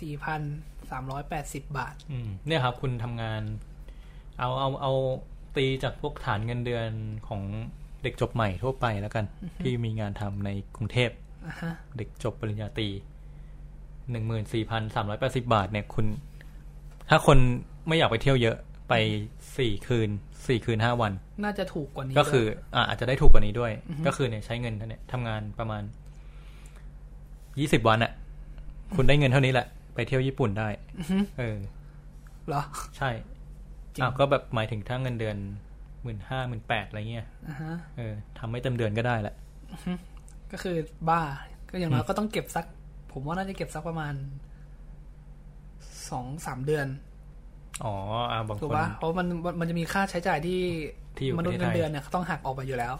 [SPEAKER 4] สี่พันสามร้อยแปดสิบบาท
[SPEAKER 5] อืม เนี่ยครับ คุณทำงาน เอาเอาเอาตีจากพวกฐานเงินเดือนของเด็กจบใหม่ทั่วไปแล้วกัน ที่มีงานทำในกรุงเทพ
[SPEAKER 4] อ่ะฮะ
[SPEAKER 5] เด็กจบปริญญาตรีหนึ่งหมื่นสี่พันสามร้อยแปดสิบาท เนี่ยคุณ ถ้าคนไม่อยากไปเที่ยวเยอะไปสี่คืนสี่คืนห้าวัน
[SPEAKER 4] น่าจะถูกกว่านี้
[SPEAKER 5] ก็คือ
[SPEAKER 4] ด้วย
[SPEAKER 5] อ่าอาจจะได้ถูกกว่านี้ด้วย ก็คือเนี่ยใช้เงินเท่าเนี่ยทำงานประมาณยี่สิบวันอะคุณได้เงินเท่านี้แหละ ไปเที่ยวญี่ปุ่นได้ เออ
[SPEAKER 4] เหรอ
[SPEAKER 5] ใช่
[SPEAKER 4] จริง
[SPEAKER 5] อ้าวก็แบบหมายถึงถ้าเงินเดือนหมื่นห้าหมื่นแปดอะไรเงี้ย
[SPEAKER 4] อ่ะฮะ
[SPEAKER 5] เออทำไม่เต็มเดือนก็ได้แหละ
[SPEAKER 4] ก็คือบ้า ก็อย่างน้อยก็ต้องเก็บสัก ผมว่าน่าจะเก็บสักประมาณสองสามเดือน
[SPEAKER 5] อ๋ออ่าบาง
[SPEAKER 4] ถูก
[SPEAKER 5] คน
[SPEAKER 4] ปะเพราะมันมันมันจะมีค่าใช้จ่ายที่
[SPEAKER 5] ที่อยู่
[SPEAKER 4] มนุษย์เงิน
[SPEAKER 5] ในไทย
[SPEAKER 4] เดือนเนี่ยต้องหักออกไปอยู่แล้ว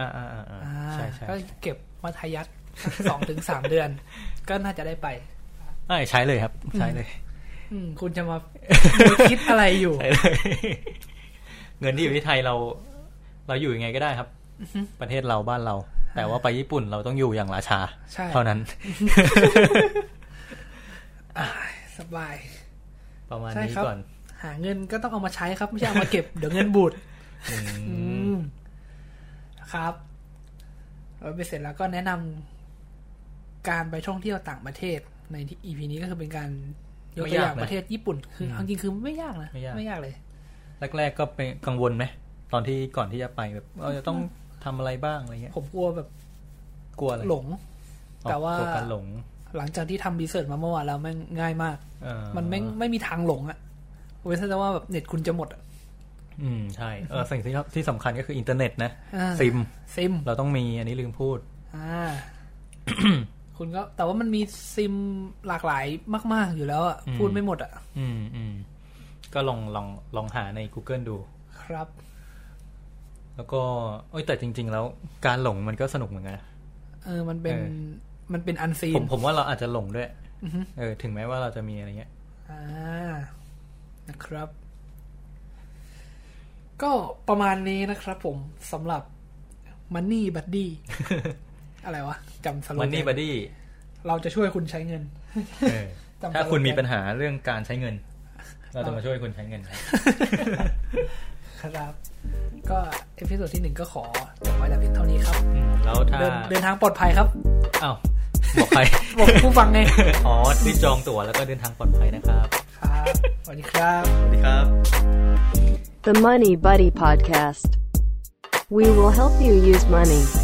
[SPEAKER 5] อ่าอ่าอ่าอ่า
[SPEAKER 4] อ่า
[SPEAKER 5] ใช่ใช่
[SPEAKER 4] ก็เก็บมัธยัติ สองถึงสามเดือน ก็น่าจะได้ไป
[SPEAKER 5] อ่าใช้เลยครับ ใช้เลย
[SPEAKER 4] อืม คุณ จะมา คิดอะไรอยู่
[SPEAKER 5] ใช่เลย เงินที่อยู่ที่ไทยเรา เราอยู่ยังไงก็ได้ครับ ประเทศเราบ้านเรา แต่ว่าไปญี่ปุ่นเราต้องอยู่อย่างราชา
[SPEAKER 4] ใช่
[SPEAKER 5] เท่านั้น
[SPEAKER 4] สบาย
[SPEAKER 5] ประมาณ
[SPEAKER 4] ใช่
[SPEAKER 5] นี้
[SPEAKER 4] ครับ
[SPEAKER 5] ก่อน
[SPEAKER 4] หาเงินก็ต้องเอามาใช้ครับ ไม่ใช่เอามาเก็บ เดี๋ยวเงินบูดอืมครับแล้วไปเสร็จแล้วก็แนะนำการไปท่องเที่ยวต่างประเทศ ในที่ EP นี้ก็คือเป็นการยกตัวอย่างประเทศญี่ปุ่น คือเอาจริงๆคือไม่ยากนะ
[SPEAKER 5] ไม่ยาก
[SPEAKER 4] ไม่ยากเลย
[SPEAKER 5] แรกๆก็เป็นกังวลไหมตอนที่ก่อนที่จะไปแบบเราจะต้องทำอะไรบ้างอะไรเงี้ย
[SPEAKER 4] ผมกลัวแบบ
[SPEAKER 5] กลัวอะไร
[SPEAKER 4] หลง
[SPEAKER 5] อ๋อ
[SPEAKER 4] แต่ว่า
[SPEAKER 5] กลัวการหลง
[SPEAKER 4] หลังจากที่ทำรีเสิร์ชมาเมื่อวานแล้วแม่งง่ายมาก
[SPEAKER 5] เอ่อ
[SPEAKER 4] มันไม่ไม่มีทางหลงอะเว้นแต่ว่าแบบเน็ตคุณจะหมดอะ
[SPEAKER 5] อืมใช่เออสิ่งที่ที่สำคัญก็คืออินเทอร์เน็ตนะ
[SPEAKER 4] อ่า
[SPEAKER 5] ซิม
[SPEAKER 4] ซิม
[SPEAKER 5] เราต้องมีอันนี้ลืมพูด
[SPEAKER 4] อ่า คุณก็แต่ว่ามันมีซิมหลากหลายมาก ๆ อยู่แล้วอะ
[SPEAKER 5] อืม
[SPEAKER 4] พูดไม่หมดอะ
[SPEAKER 5] อืมอืมก็ลองลองลองหาใน Google ดู
[SPEAKER 4] ครับ
[SPEAKER 5] แล้วก็เอ้ยแต่จริง ๆ แล้วการหลงมันก็สนุกเหมือนกันนะ
[SPEAKER 4] เออมันเป็น
[SPEAKER 5] เออ
[SPEAKER 4] มันเป็นอันซี
[SPEAKER 5] ผ
[SPEAKER 4] น
[SPEAKER 5] มผมว่าเราอาจจะหลงด้วย เออ ถึงแม้ว่าเราจะมีอะไรเงี้ย
[SPEAKER 4] อ่านะครับ ก็ประมาณนี้นะครับผมสำหรับ Money Buddy อะไรวะจำสโลแก
[SPEAKER 5] มันนี่บัดดี้
[SPEAKER 4] เราจะช่วยคุณใช้เงิน จำ
[SPEAKER 5] ถ้าคุ
[SPEAKER 4] ส
[SPEAKER 5] ณ
[SPEAKER 4] โลแกน
[SPEAKER 5] มีปัญหาเรื่องการใช้เงิน เราจะมาช่วยคุณใช้เงิน
[SPEAKER 4] ครับ ก็เอพิโซดที่หนึ่งก็ขอจบไว้แต่เพียงเท่านี้ครับ
[SPEAKER 5] แล้วถ้า
[SPEAKER 4] เดินเดินทางปลอดภัยครับ
[SPEAKER 5] อ้าวบอกใคร
[SPEAKER 4] บอกผู้ฟังไง
[SPEAKER 5] อ๋อที่จองตั๋วแล้วก็เดินทางปลอดภัยนะครับ
[SPEAKER 4] ครับสวัสดีครับ
[SPEAKER 5] สวัสดีครับ
[SPEAKER 3] The Money Buddy Podcast. We will help you use money.